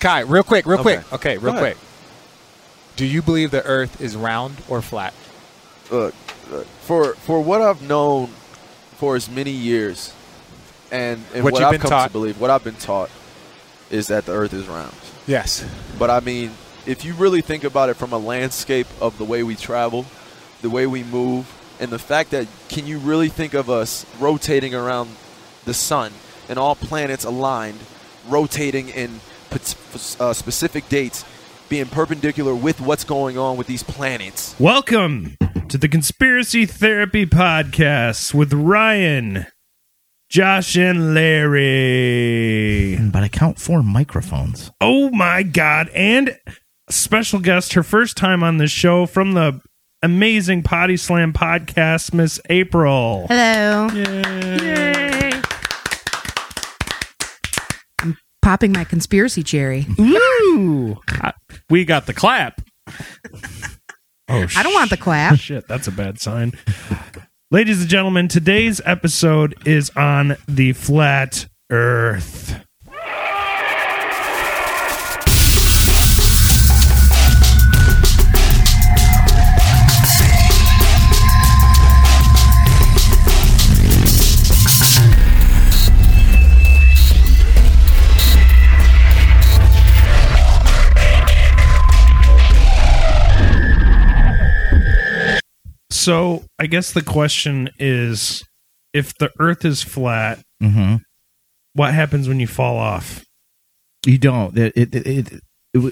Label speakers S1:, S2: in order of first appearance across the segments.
S1: Kai, real quick, real
S2: Okay.
S1: quick. Okay,
S2: Go
S1: real
S2: ahead.
S1: quick. Do you believe the Earth is round or flat?
S2: look, look, for for what I've known for as many years, and, and
S1: What
S2: what,
S1: you've
S2: I've
S1: been
S2: come
S1: taught.
S2: to believe, what I've been taught is that the Earth is round.
S1: Yes.
S2: But I mean, if you really think about it from a landscape of the way we travel, the way we move, and the fact that can you really think of us rotating around the sun and all planets aligned, rotating in pat- uh, specific dates, being perpendicular with what's going on with these planets?
S3: Welcome to the Conspiracy Therapy Podcast with Ryan, Josh, and Larry.
S4: But I count four microphones.
S3: Oh my God. And special guest, her first time on this show from the amazing Potty Slam podcast, Miss April.
S5: Hello. Popping my conspiracy cherry.
S3: Ooh. I- we got the clap. Oh,
S5: I don't want the clap.
S3: Shit, that's a bad sign. Ladies and gentlemen, today's episode is on the flat earth. So, I guess the question is if the earth is flat,
S4: Mm-hmm.
S3: what happens when you fall off?
S4: You don't. It, it, it, it,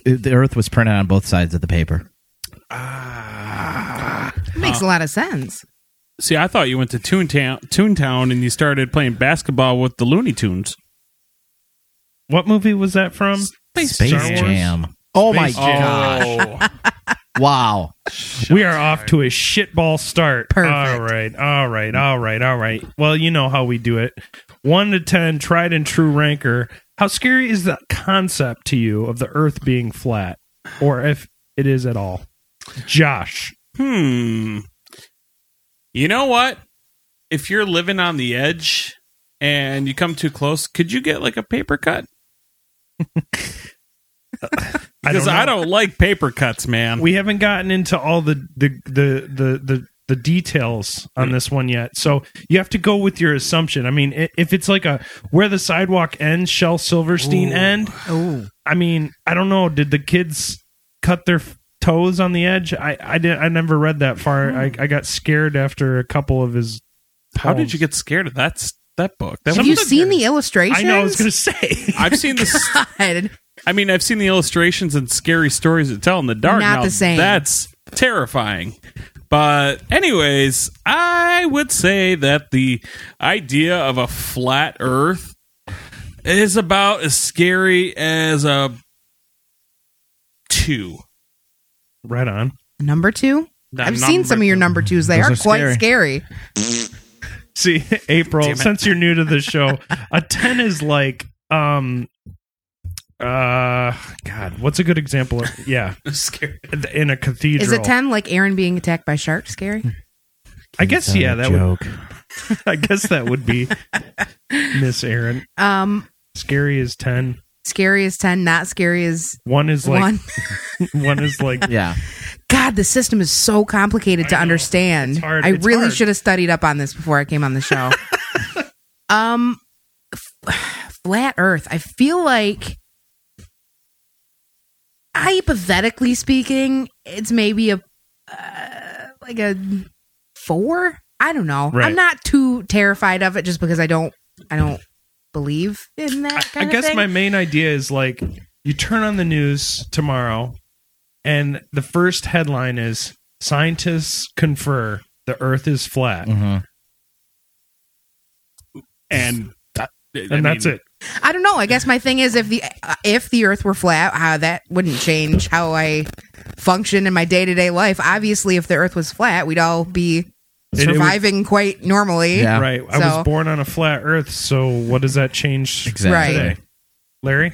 S4: it- the Earth was printed on both sides of the paper.
S5: That makes a lot of sense.
S6: See, I thought you went to Toontown, Toontown and you started playing basketball with the Looney Tunes.
S3: What movie was that from?
S6: Space
S4: Space
S3: Star Wars?
S4: Jam. Oh my god! Wow.
S3: we are off to a shitball start.
S5: Perfect.
S3: All right, all right, all right, all right. Well, you know how we do it. One to ten, tried and true ranker. How scary is the concept to you of the Earth being flat, or if it is at all? Josh,
S6: Hmm. You know what? If you're living on the edge and you come too close, could you get like a paper cut? Because
S3: know.
S6: I don't, like paper cuts, man.
S3: We haven't gotten into all the the the the the the details on this one yet. So you have to go with your assumption. I mean, i- if it's like a where the sidewalk ends, Shell Silverstein end.
S5: Oh,
S3: I mean, I don't know. Did the kids cut their f- toes on the edge? I I did. I never read that far. I, I got scared after a couple of his.
S6: How did
S3: poems.
S6: you get scared of that s- that book? That was
S5: have you
S6: a-
S5: seen the illustrations?
S3: I know. I was gonna say.
S6: I've seen this.
S5: God.
S6: I mean, I've seen the illustrations and scary stories that tell in the dark.
S5: Not
S6: Now,
S5: the same.
S6: That's terrifying. But, anyways, I would say that the idea of a flat Earth is about as scary as a two.
S3: right on.
S5: Number two.
S6: The
S5: I've seen some of your number twos. They
S4: Those
S5: are
S4: are
S5: quite scary.
S3: See, April, since you're new to the show, a 10 is like um uh god, what's a good example of yeah,
S6: Scary.
S3: in a cathedral.
S5: Is it ten like Aaron being attacked by sharks? Scary.
S3: Hmm. I guess yeah, that would
S4: joke.
S3: I guess that would be Miss Aaron.
S5: Um,
S3: Scary is 10.
S5: scary is ten. Not scary is
S3: One is like
S5: one.
S3: one, is like
S4: Yeah.
S5: God, the system is so complicated to understand.
S3: It's hard.
S5: I
S3: It's
S5: really
S3: hard.
S5: should have studied up on this before I came on the show. um, f- flat Earth. I feel like, hypothetically speaking, it's maybe a uh, like a four. I don't know.
S3: Right.
S5: I'm not too terrified of it just because I don't. I don't believe in that.
S3: I
S5: Kind of
S3: guess
S5: thing.
S3: my main idea is like you turn on the news tomorrow and the first headline is scientists confer the earth is flat.
S4: hmm
S6: And, that-
S3: And that's it.
S5: I don't know. I guess my thing is if the uh, if the Earth were flat, how that wouldn't change how I function in my day to day life. Obviously, if the Earth was flat, we'd all be
S3: it would-
S5: surviving quite normally.
S4: Yeah.
S3: Right. I
S5: So-
S3: was born on a flat Earth, so what does that change
S4: Exactly.
S5: Right.
S3: today? Larry,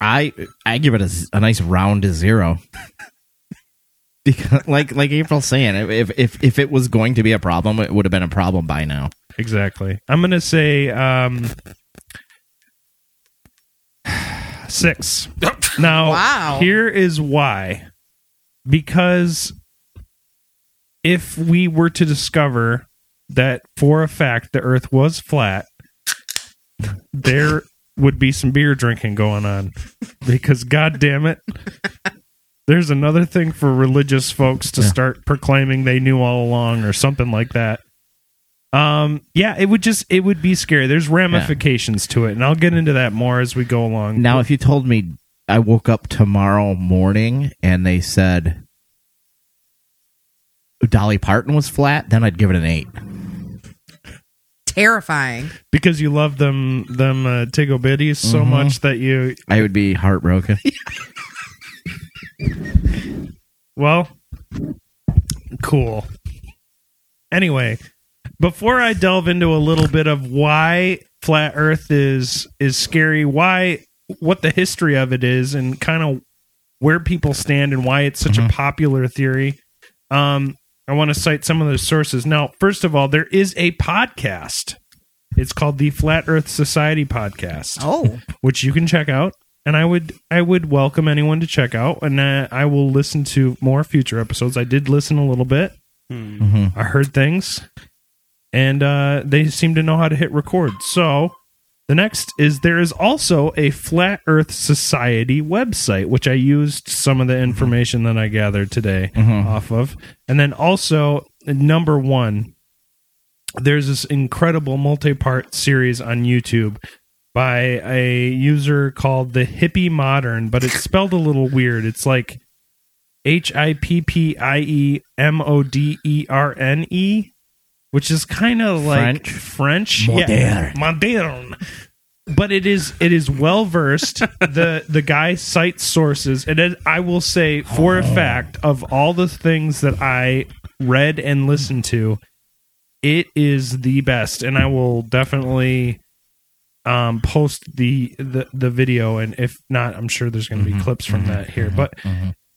S4: I I give it a, z- a nice round to zero. because like like April's saying, if if if it was going to be a problem, it would have been a problem by now.
S3: exactly. I'm gonna say um, six. Now,
S5: Wow.
S3: here is why. Because if we were to discover that for a fact the Earth was flat, there would be some beer drinking going on. Because, God damn it, there's another thing for religious folks to
S4: Yeah.
S3: start proclaiming they knew all along or something like that. Um, yeah, it would just it would be scary. There's ramifications to it, and I'll get into that more as we go along.
S4: Now, if you told me I woke up tomorrow morning and they said Dolly Parton was flat, then I'd give it an eight.
S5: Terrifying.
S3: because you love them them uh, tigo biddies so
S4: Mhm.
S3: much that you
S4: I would be heartbroken.
S3: well cool anyway before i delve into a little bit of why flat earth is is scary why what the history of it is and kind of where people stand and why it's such a popular theory um i want to cite some of those sources now first of all there is a podcast it's called the flat earth society podcast
S5: Oh,
S3: which you can check out and i would i would welcome anyone to check out and uh, i will listen to more future episodes i did listen a little bit
S6: hmm.
S4: Mhm.
S3: i heard things and uh, they seem to know how to hit record so the next is there is also a flat earth society website which i used some of the information that i gathered today
S4: Mm-hmm.
S3: off of and then also number one there's this incredible multi-part series on youtube by a user called the Hippie Modern, but it's spelled a little weird. It's like H I P P I E M O D E R N E, which is kind of like
S4: French?
S3: French, Yeah, modern. But it is it is well versed. the The guy cites sources, and it, I will say for a
S4: Oh.
S3: fact of all the things that I read and listened to, it is the best, and I will definitely um, post the, the the video. And if not, I'm sure there's going to be
S4: Mm-hmm.
S3: clips from that here. But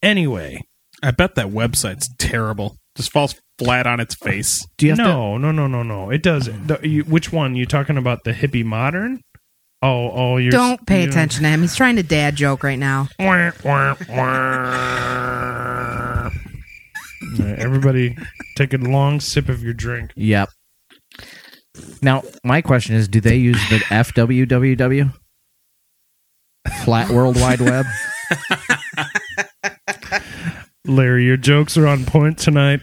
S3: anyway,
S6: I bet that website's terrible. Just falls flat on its face.
S4: Do you have to?
S3: no, no, no, no, no. It doesn't. The- you- which one you talking about? The hippie modern? Oh, oh, you're
S5: don't pay
S3: you're-
S5: attention to him. He's trying to dad joke right now.
S3: Wah, wah, wah. All right, Everybody, take a long sip of your drink.
S4: Yep. Now, my question is do they use the FWWW? Flat World Wide Web?
S3: Larry, your jokes are on point tonight.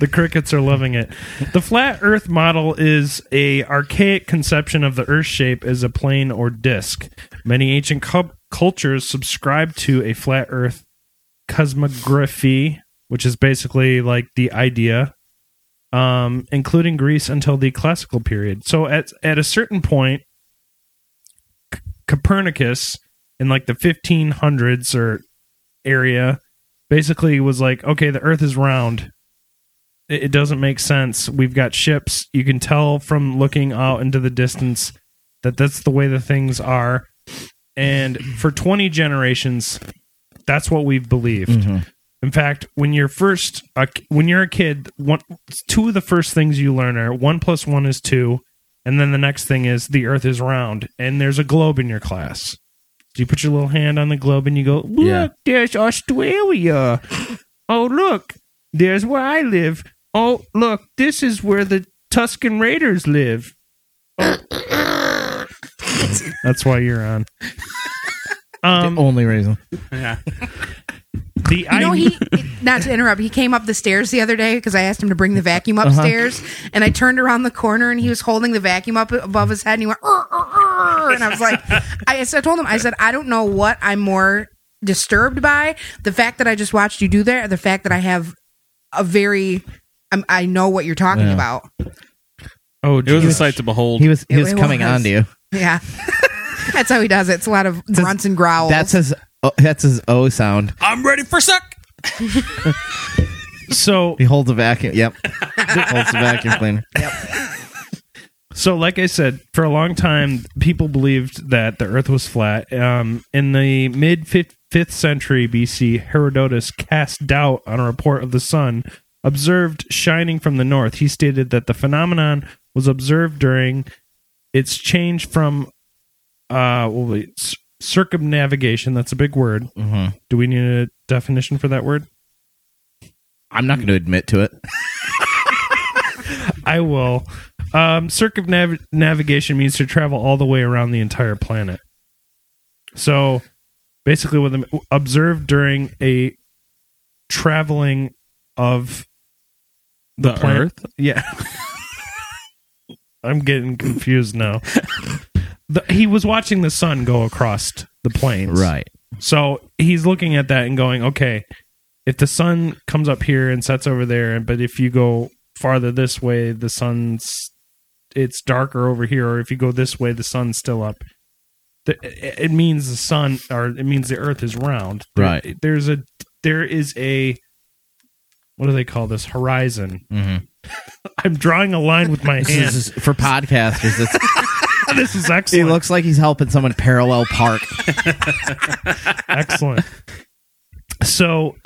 S3: the crickets are loving it. The flat earth model is a archaic conception of the earth shape as a plane or disk. Many ancient cu- cultures subscribed to a flat earth cosmography, which is basically like the idea um, including Greece until the classical period. So at at a certain point C- Copernicus in like the 1500s or area basically was like, okay, the Earth is round. It, it doesn't make sense. We've got ships. You can tell from looking out into the distance that that's the way the things are. And for 20 generations, that's what we've believed. In fact, when you're first a, when you're a kid, one two of the first things you learn are one plus one is two, and then the next thing is the Earth is round, and there's a globe in your class. So you put your little hand on the globe and you go, look,
S4: Yeah.
S3: there's Australia. Oh, look, there's where I live. Oh, look, this is where the Tuscan Raiders live. Oh. That's why you're on. Um,
S4: the only reason.
S6: Yeah.
S3: the
S5: You know,
S3: idea-
S5: he, not to interrupt, he came up the stairs the other day because I asked him to bring the vacuum
S4: Uh-huh.
S5: upstairs. And I turned around the corner and he was holding the vacuum up above his head and he went, "Arr, arr, arr," and I was like, I, so I told him, I said, I don't know what I'm more disturbed by the fact that I just watched you do that or the fact that I have a very, I'm, I know what you're talking
S4: Yeah.
S5: about.
S3: oh,
S6: It was a
S3: geez.
S6: sight to behold.
S4: He was he
S5: It
S4: was
S5: really
S4: coming
S5: was.
S4: on to you.
S5: Yeah. That's how he does it. It's a lot of grunts and growls.
S4: That's his oh, that's his O sound.
S6: I'm ready for suck.
S3: so
S4: He holds a vacuum. Yep. holds a vacuum cleaner.
S3: So, like I said, for a long time, people believed that the Earth was flat. Um, in the mid fifth century BC, Herodotus cast doubt on a report of the sun observed shining from the north. He stated that the phenomenon was observed during its change from uh, what was it? Cir- circumnavigation. That's a big word.
S4: Mhm.
S3: Do we need a definition for that word?
S4: I'm not going to admit to it.
S3: I will. Um, circumnavigation means to travel all the way around the entire planet. So, basically, what the- observed during a traveling of
S6: The,
S3: planet-
S6: Earth.
S3: Yeah. I'm getting confused now. The, he was watching the sun go across the plains.
S4: Right.
S3: So he's looking at that and going, okay, if the sun comes up here and sets over there, and but if you go farther this way, the sun's it's darker over here, or if you go this way, the sun's still up. The, it it means the sun, or it means the Earth is round. There-
S4: Right.
S3: there's a there is a what do they call this horizon?
S6: Mm-hmm.
S4: Mhm.
S3: I'm drawing a line with my hand.
S4: This is, for podcasters, it's,
S3: this is
S4: he
S3: excellent.
S4: looks like he's helping someone parallel park.
S3: Excellent. So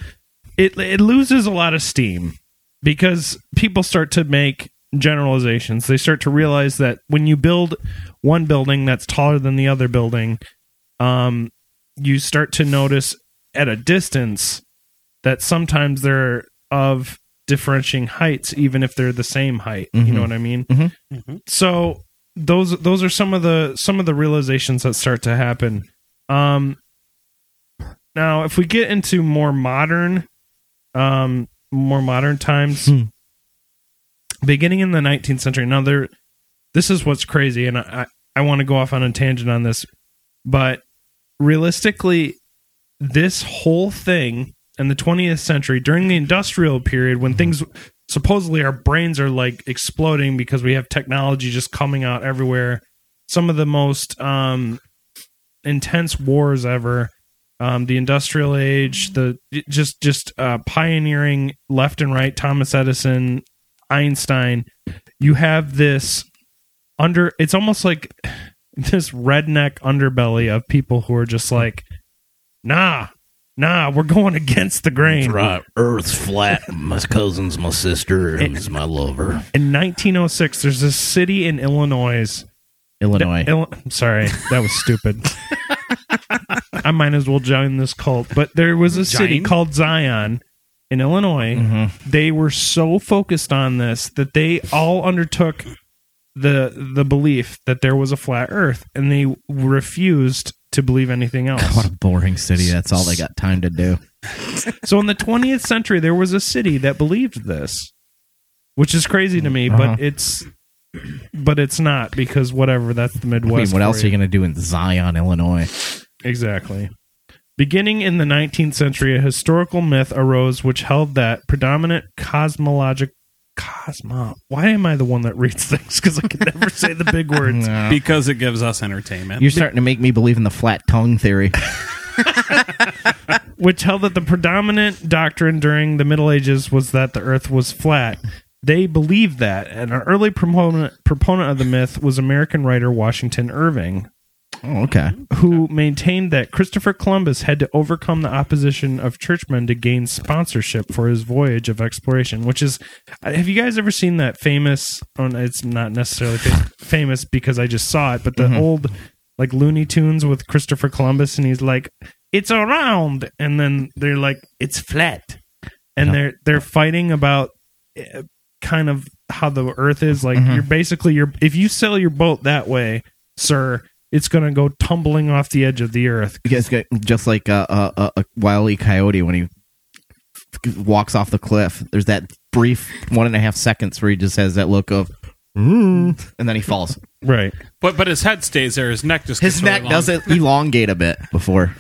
S3: it it loses a lot of steam because people start to make generalizations. They start to realize that when you build one building that's taller than the other building, um, you start to notice at a distance that sometimes they're of differentiating heights, even if they're the same height. You know what I mean?
S4: Mhm.
S3: So those those are some of the some of the realizations that start to happen. Um, now, if we get into more modern, um, more modern times,
S4: Hmm.
S3: beginning in the 19th century. Now, there, this is what's crazy, and I I, I want to go off on a tangent on this, but realistically, this whole thing in the 20th century during the industrial period when things supposedly our brains are like exploding because we have technology just coming out everywhere some of the most um intense wars ever um the industrial age the just just uh pioneering left and right thomas edison einstein you have this under it's almost like this redneck underbelly of people who are just like nah nah we're going against the grain
S7: Right. Earth's flat. My cousin's my sister and is my lover.
S3: in 1906 there's this city in illinois
S4: Illinois.
S3: Ill- I'm sorry that was stupid i might as well join this cult but there was a city
S6: Join?
S3: called zion in illinois
S4: Mhm.
S3: they were so focused on this that they all undertook the the belief that there was a flat earth and they refused to believe anything else
S4: What a boring city. That's all they got time to do.
S3: so in the 20th century there was a city that believed this which is crazy to me
S4: Uh-huh.
S3: but it's but it's not because whatever that's the midwest
S4: I mean, what else
S3: for
S4: are you going to do in Zion, Illinois?
S3: exactly beginning in the 19th century a historical myth arose which held that predominant cosmologic cosmo why am i the one that reads things because i can never say the big words
S6: Because it gives us entertainment.
S4: You're starting to make me believe in the flat tongue theory.
S3: which held that the predominant doctrine during the Middle Ages was that the Earth was flat. They believed that, and an early proponent, proponent of the myth was American writer Washington Irving,
S4: Oh, okay.
S3: who maintained that Christopher Columbus had to overcome the opposition of churchmen to gain sponsorship for his voyage of exploration. Which is, uh, have you guys ever seen that famous? Oh, no, it's not necessarily fa- famous because I just saw it, but the old like Looney Tunes with Christopher Columbus, and he's like, "It's around," and then they're like, "It's flat," and they're they're fighting about uh, kind of how the Earth is. Like you're basically your if you sail your boat that way, sir. It's gonna go tumbling off the edge of the earth.
S4: You guys got just like a, uh uh a wily coyote when he f- walks off the cliff. There's that brief one and a half seconds where he just has that look of, "Mm," and then he falls.
S3: Right.
S6: but but his head stays there. His neck just
S4: His
S6: gets
S4: neck
S6: really long.
S4: doesn't elongate a bit before,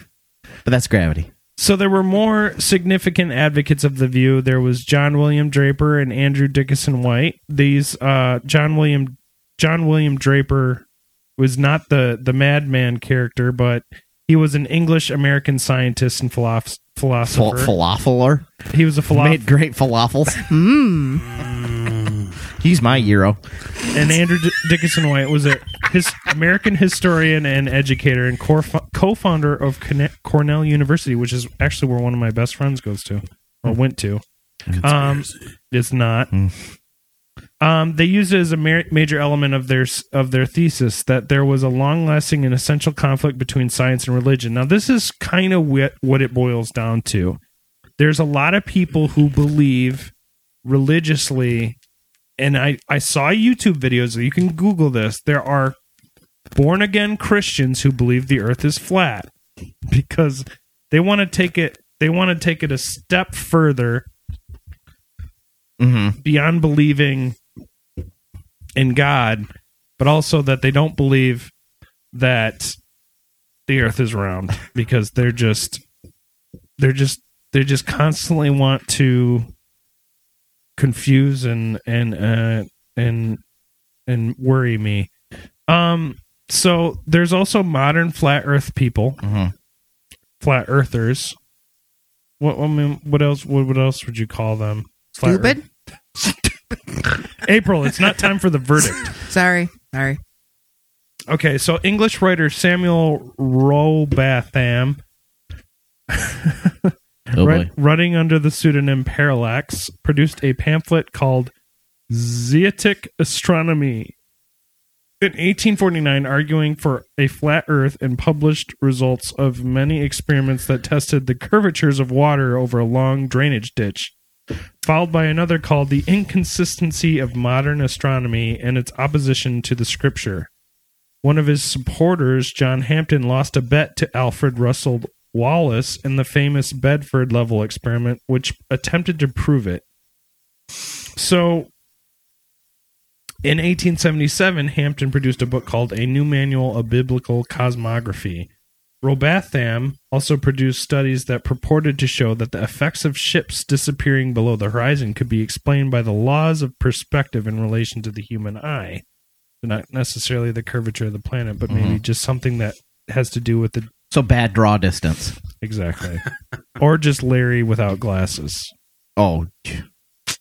S4: but that's gravity.
S3: So there were more significant advocates of the view. There was John William Draper and Andrew Dickinson White. These uh, John William John William Draper was not the the madman character, but he was an English American scientist and philosoph-
S4: Fal-
S3: philosopher.
S4: falafeler
S3: he was a
S4: made
S3: philosopher.
S4: great falafels. Mmm.
S3: Mm.
S4: He's my euro.
S3: and Andrew D- Dickinson White was a his American historian and educator and core fo- co-founder of Corne- Cornell University, which is actually where one of my best friends goes to or went to. Um, it's not. Um, they used it as a ma- major element of their of their thesis that there was a long lasting and essential conflict between science and religion. Now, this is kind of wh- what it boils down to. There's a lot of people who believe religiously, and I I saw YouTube videos. You can Google this. There are born again Christians who believe the Earth is flat because they want to take it. They want to take it a step further
S4: Mm-hmm.
S3: beyond believing in God, but also that they don't believe that the earth is round because they're just they're just they just constantly want to confuse and and uh and and worry me. Um so there's also modern flat earth people,
S4: Mhm.
S3: flat earthers. What I mean, what else what, what else would you call them? Flat earth-
S5: Stupid.
S3: April, it's not time for the verdict.
S5: Sorry. Sorry.
S3: Okay, so English writer Samuel Robatham,
S4: Oh
S3: run-
S4: boy.
S3: running under the pseudonym Parallax, produced a pamphlet called Zeotic Astronomy in 1849, arguing for a flat Earth and published results of many experiments that tested the curvatures of water over a long drainage ditch. followed by another called The Inconsistency of Modern Astronomy and Its Opposition to the Scripture. One of his supporters, John Hampton, lost a bet to Alfred Russel Wallace in the famous Bedford level experiment, which attempted to prove it. So, in 1877, Hampton produced a book called A New Manual of Biblical Cosmography. Robatham also produced studies that purported to show that the effects of ships disappearing below the horizon could be explained by the laws of perspective in relation to the human eye. Not necessarily the curvature of the planet, but maybe just something that has to do with the
S4: So bad draw distance.
S3: Exactly. or just Larry without glasses.
S4: Oh,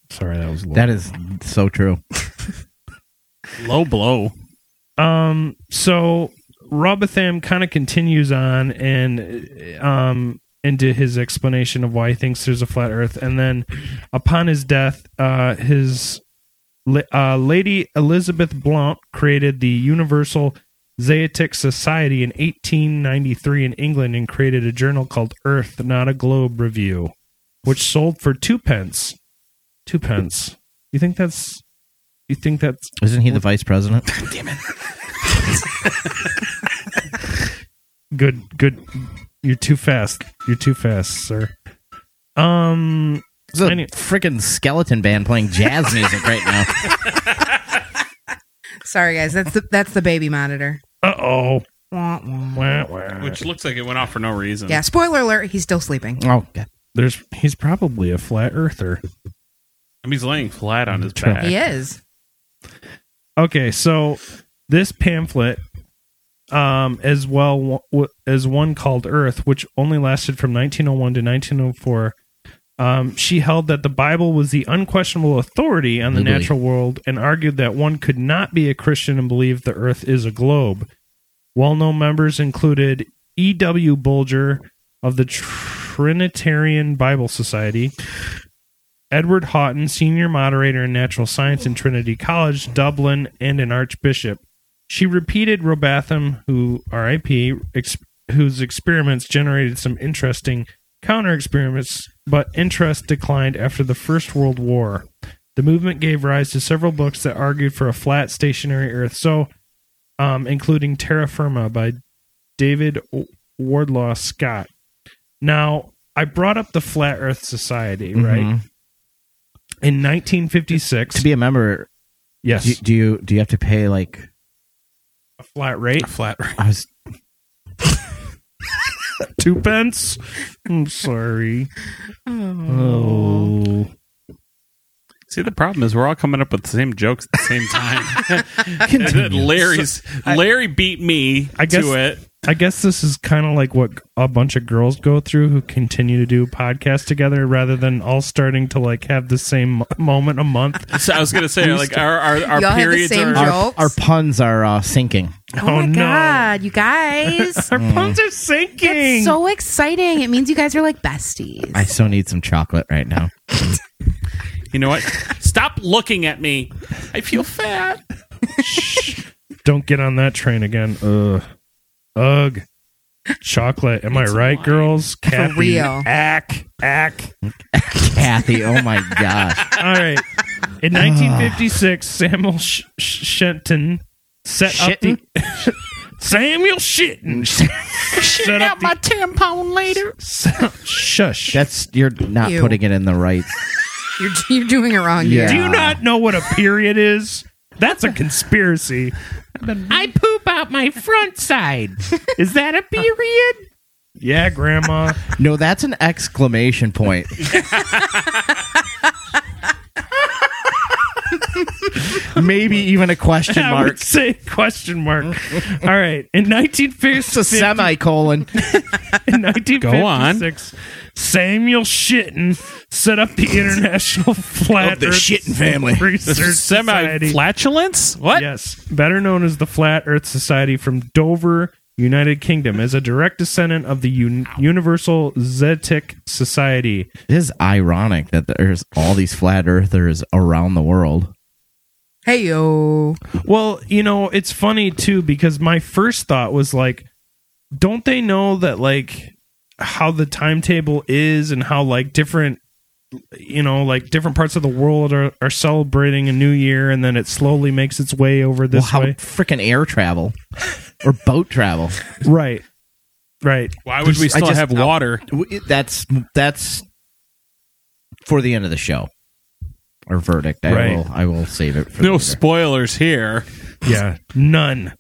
S3: Sorry, that was low.
S4: that is so true.
S6: Low blow.
S3: um so Robotham kind of continues on and um into his explanation of why he thinks there's a flat earth and then upon his death uh his li- uh, lady Elizabeth Blount created the Universal Zeotic Society in 1893 in England and created a journal called Earth Not a Globe Review which sold for 2 pence 2 pence you think that's you think that's
S4: Isn't he the vice president?
S3: good good you're too fast you're too fast sir um
S4: It's a
S3: I knew-
S4: freaking skeleton band playing jazz music right now.
S5: Sorry, guys. That's the that's the baby monitor.
S3: uh-oh
S5: Wah, wah.
S3: Wah, wah.
S6: Which looks like it went off for no reason.
S5: Yeah. Spoiler alert. He's still sleeping.
S4: Oh, God.
S3: there's he's probably a flat earther
S6: I mean, he's laying flat on his
S3: True.
S6: back.
S5: He is.
S3: okay so this pamphlet um as well w- as one called earth which only lasted from 1901 to 1904 um, she held that the Bible was the unquestionable authority on the
S4: Legally.
S3: natural world and argued that one could not be a Christian and believe the earth is a globe. Well known members included E.W. Bulger of the Trinitarian Bible Society, Edward Houghton, senior moderator in natural science in Trinity College, Dublin, and an archbishop. She repeated Robatham, who RIP, ex- whose experiments generated some interesting counter experiments, but interest declined after the First World War. The movement gave rise to several books that argued for a flat, stationary Earth, so um, including Terra Firma by David W- Wardlaw Scott. Now, I brought up the Flat Earth Society, right?
S4: Mhm.
S3: In 1956,
S4: To be a member,
S3: yes,
S4: do, do you do you have to pay like
S3: a flat rate,
S6: A flat rate.
S4: I was
S3: two pence. I'm sorry.
S4: oh
S6: See, the problem is we're all coming up with the same jokes at the same time. And then
S4: Continue.
S6: Larry's Larry beat me
S3: I guess-
S6: to it.
S3: I guess this is kind of like what a bunch of girls go through who continue to do podcasts together rather than all starting to like have the same mo- moment a month.
S6: So I was gonna say like our our, our
S5: Y'all have the
S6: periods
S5: same
S6: are
S5: joke.
S4: our,
S5: Jokes?
S4: our puns are uh, sinking.
S5: Oh, my
S3: Oh, no.
S5: god, you guys.
S3: Our puns are sinking.
S5: That's so exciting. It means you guys are like besties.
S4: I so need some chocolate right now.
S6: You know what? Stop looking at me. I feel fat.
S3: Don't get on that train again. Ugh. Ugh. Chocolate. Am I right, girls? Kathy.
S5: real.
S3: Ack. Ack.
S4: Kathy, oh my gosh.
S3: All right. In 1956, Samuel Sh- Sh- Shenton set up the. Samuel Shitton set up the,
S7: tampon later.
S3: shush.
S4: That's you're not
S5: Ew.
S4: putting it in the right.
S5: You're, you're doing it wrong.
S4: Yeah.
S3: Do you not know what a period is? That's a conspiracy.
S7: I poop out my front side. Is that a period?
S3: Yeah, Grandma.
S4: No, that's an exclamation point. Maybe even a question
S3: I would
S4: mark.
S3: say question mark. All right. In 1956,
S4: It's a semicolon.
S3: in 1956
S6: Go on.
S3: Samuel Shitton set up the International Flat Earth
S7: family.
S3: Research
S6: Semi
S3: Society.
S6: flatulence? What?
S3: Yes, better known as the Flat Earth Society from Dover, United Kingdom, as a direct descendant of the Un- Universal Zetic Society.
S4: It is ironic that there's all these flat earthers around the world.
S5: Hey yo.
S3: Well, you know, it's funny too because my first thought was like, don't they know that like how the timetable is and how like different you know like different parts of the world are, are celebrating a new year and then it slowly makes its way over this
S4: well, how
S3: way
S4: freaking air travel or boat travel?
S3: right right
S6: Why would we
S4: There's- I
S6: still
S4: just-
S6: have
S4: I'll-
S6: water?
S4: W- That's that's for the end of the show. Our verdict. I
S3: Right.
S4: will. I will save it for
S6: No
S4: later.
S6: spoilers here.
S3: yeah none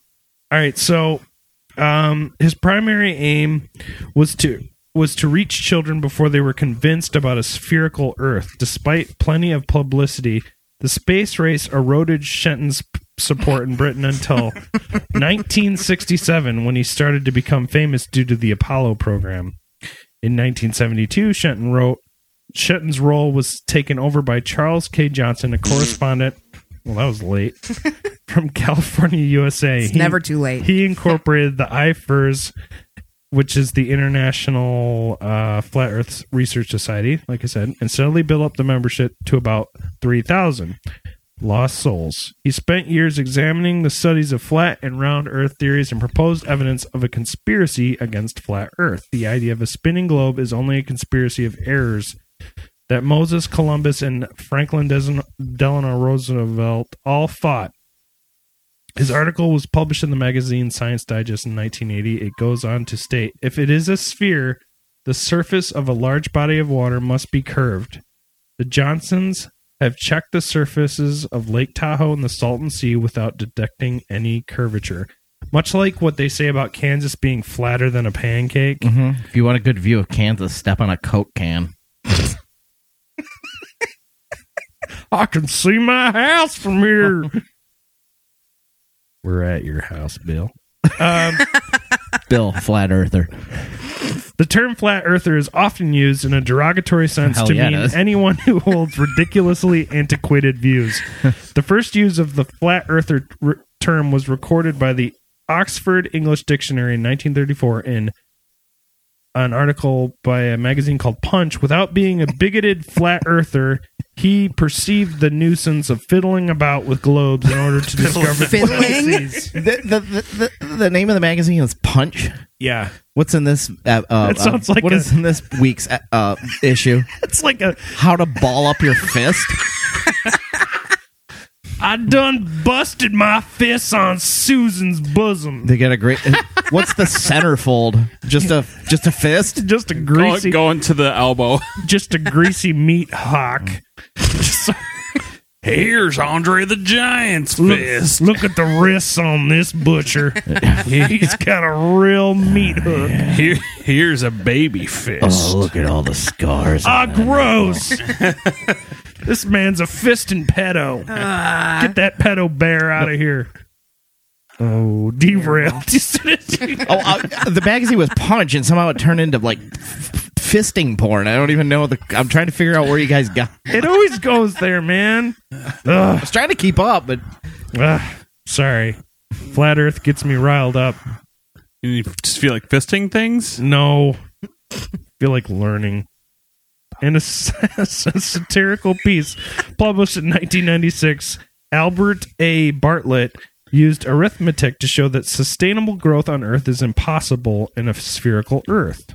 S3: all right so um his primary aim was to was to reach children before they were convinced about a spherical earth despite plenty of publicity the space race eroded shenton's p- support in britain until 1967 when he started to become famous due to the apollo program in 1972 shenton wrote shenton's role was taken over by charles k johnson a correspondent well that was late from California, USA.
S5: It's never too late.
S3: He incorporated the IFERS, which is the International uh, Flat Earth Research Society, like I said, and steadily built up the membership to about 3,000 lost souls. He spent years examining the studies of flat and round Earth theories and proposed evidence of a conspiracy against flat Earth. The idea of a spinning globe is only a conspiracy of errors that Moses, Columbus, and Franklin Des- Delano Roosevelt all thought. His article was published in the magazine Science Digest in 1980. It goes on to state if it is a sphere, the surface of a large body of water must be curved. The Johnsons have checked the surfaces of Lake Tahoe and the Salton Sea without detecting any curvature. Much like what they say about Kansas being flatter than a pancake.
S4: Mhm. If you want a good view of Kansas, step on a Coke can.
S3: I can see my house from here. We're at your house, Bill. Um,
S4: Bill, flat earther.
S3: The term flat earther is often used in a derogatory sense
S4: Hell
S3: to
S4: yeah, it
S3: mean
S4: is.
S3: anyone who holds ridiculously antiquated views. The first use of the flat earther r- term was recorded by the Oxford English Dictionary in 1934 in an article by a magazine called Punch. Without being a bigoted flat earther, he perceived the nuisance of fiddling about with globes in order to discover
S5: Fiddling?
S3: fallacies.
S4: The, the, the, the, the name of the magazine is Punch.
S3: Yeah.
S4: What's in this? Uh, uh,
S3: That sounds
S4: uh,
S3: like
S4: what
S3: a-
S4: is in this week's uh, uh, issue?
S3: It's like a
S4: How to ball up your fist?
S3: I done busted my fists on Susan's bosom.
S4: They get a great. uh, What's the centerfold? Just a just a fist?
S3: Just a
S6: Going,
S3: greasy,
S6: going to the elbow.
S3: just a greasy meat hawk.
S6: Here's Andre the Giant's
S3: Look,
S6: fist.
S3: look at the wrists on this butcher. He's got a real meat hook.
S6: Here, here's a baby fist.
S4: Uh-huh.
S7: Oh, look at all the scars.
S4: Oh,
S3: Ah, gross. this man's a fisting pedo. Get that pedo bear out of here. Oh, derailed.
S4: Oh, uh, the magazine was Punch, and somehow it turned into like f- fisting porn. I don't even know the. I'm trying to figure out where you guys got. I
S3: it always goes there, man. Ugh.
S4: was trying to keep up, but
S3: Ugh. Sorry. Flat Earth gets me riled up.
S6: You just feel like fisting things?
S3: No. feel like learning. in a, s- a satirical piece published in 1996, Albert A. Bartlett used arithmetic to show that sustainable growth on Earth is impossible in a spherical Earth.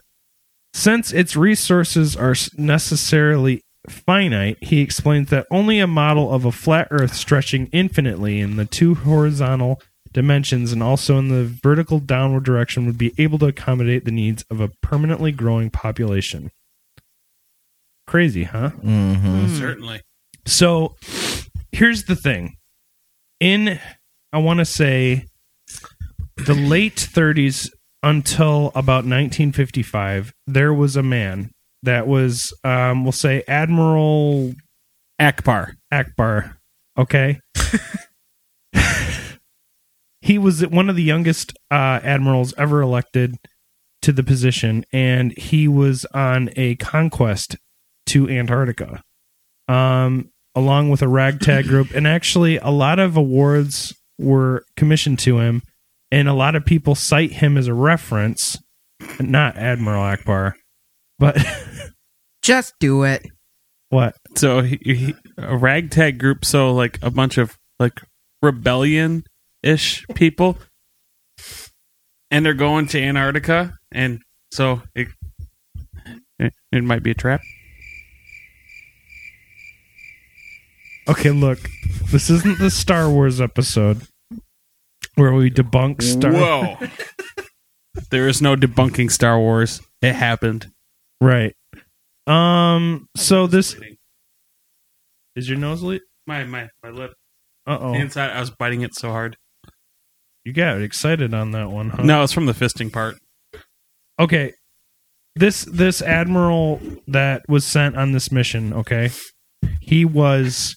S3: Since its resources are s- necessarily finite, he explains that only a model of a flat Earth stretching infinitely in the two horizontal dimensions and also in the vertical downward direction would be able to accommodate the needs of a permanently growing population. Crazy, huh?
S6: Certainly.
S3: So here's the thing. In, I want to say, the late 30s until about 1955, there was a man that was, um, we'll say, Admiral
S6: Akbar.
S3: Akbar. Okay. he was one of the youngest uh, admirals ever elected to the position, and he was on a conquest to Antarctica, um, along with a ragtag group. And actually, a lot of awards were commissioned to him, and a lot of people cite him as a reference, not Admiral Akbar, but
S5: Just do it.
S3: what?
S6: So he, he, a ragtag group. So like a bunch of like rebellion ish people, and they're going to Antarctica, and so it it, it might be a trap.
S3: Okay, look, this isn't the Star Wars episode where we debunk Star.
S6: Whoa! there is no debunking Star Wars. It happened.
S3: Right. Um. So this is your nose leak.
S6: My my my lip
S3: Uh oh.
S6: inside. I was biting it so hard.
S3: You got excited on that one, huh?
S6: No, it's from the fisting part.
S3: Okay. This this admiral that was sent on this mission. Okay. He was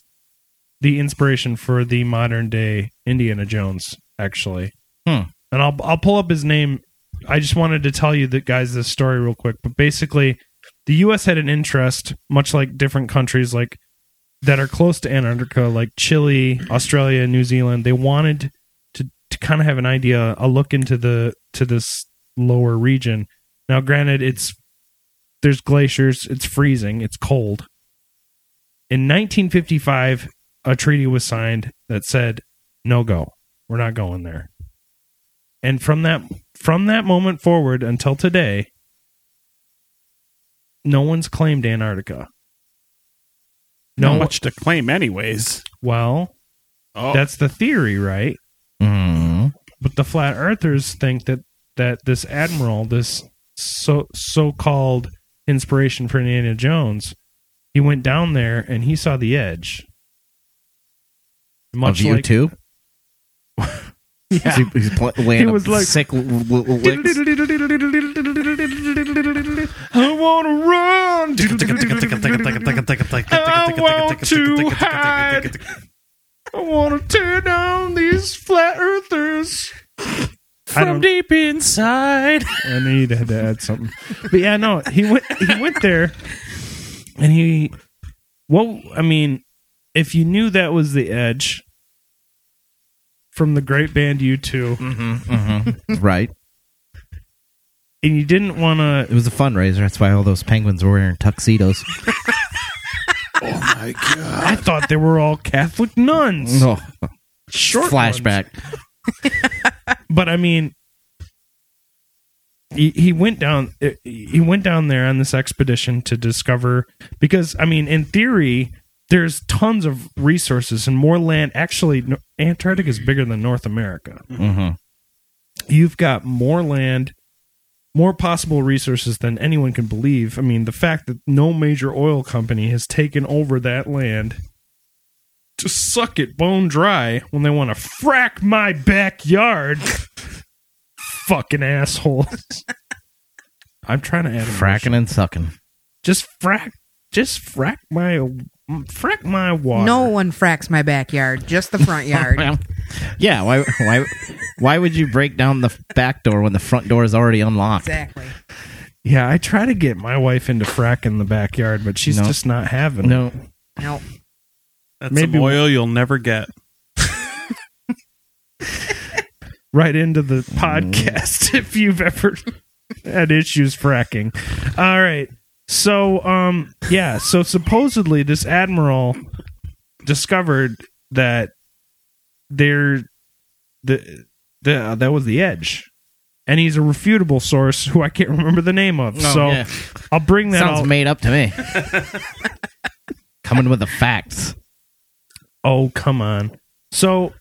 S3: the inspiration for the modern day Indiana Jones, actually.
S4: Hmm.
S3: And I'll I'll pull up his name. I just wanted to tell you that guys this story real quick, but basically the US had an interest, much like different countries like that are close to Antarctica, like Chile, Australia, New Zealand, they wanted to, to kind of have an idea, a look into the to this lower region. Now, granted, it's there's glaciers, it's freezing, it's cold. In 1955, a treaty was signed that said, "No go, we're not going there." And from that from that moment forward until today, no one's claimed Antarctica.
S6: Not
S3: No,
S6: much to claim, anyways.
S3: well,
S6: Oh,
S3: that's the theory, right?
S7: Mm-hmm.
S4: Mm.
S3: But the flat earthers think that that this admiral, this so so-called inspiration for Indiana Jones, he went down there and he saw the edge.
S4: Of
S3: Much
S4: you
S3: like
S4: too.
S3: Yeah.
S4: He- he's pl- laying
S3: He was
S4: up
S3: like-
S4: sick l- l- licks.
S3: I want to run. I want to hide. I want to tear down these flat earthers. I
S6: from
S3: don't-
S6: deep inside.
S3: I knew you had to add something. But yeah, no, he went he went there and he well I mean, if you knew that was the edge from the great band U two
S4: Mm-hmm. Right.
S3: and you didn't wanna
S4: It was a fundraiser. That's why all those penguins were wearing tuxedos.
S3: I thought they were all Catholic nuns.
S4: oh,
S3: Short ones.
S4: flashback.
S3: but I mean, he, he went down. eh, He went down there on this expedition to discover because I mean, in theory, there's tons of resources and more land. Actually, no- Antarctica is bigger than North America.
S4: Mhm.
S3: You've got more land, more possible resources than anyone can believe. I mean, the fact that no major oil company has taken over that land to suck it bone dry when they want to frack my backyard. Fucking assholes. I'm trying to add a
S4: Fracking and sucking.
S3: Just frack. Just frack my frack my water.
S5: No one fracks my backyard, just the front yard.
S4: Well, yeah. Why? Why? Why would you break down the back door when the front door is already unlocked?
S5: exactly.
S3: Yeah, I try to get my wife into frack in the backyard, but she's
S4: No.
S3: just not having it.
S4: No.
S5: No.
S6: That's
S3: Maybe
S6: some
S3: we-
S6: oil you'll never get.
S3: Right into the
S4: Mm.
S3: podcast if you've ever had issues fracking. All right. So, um, yeah. So supposedly, this admiral discovered that there, the, the uh, that was the edge, and he's a refutable source who I can't remember the name of. so
S4: Oh, yeah.
S3: I'll bring that.
S4: Sounds
S3: out-
S4: made up to me. Coming with the facts.
S3: Oh, come on. So,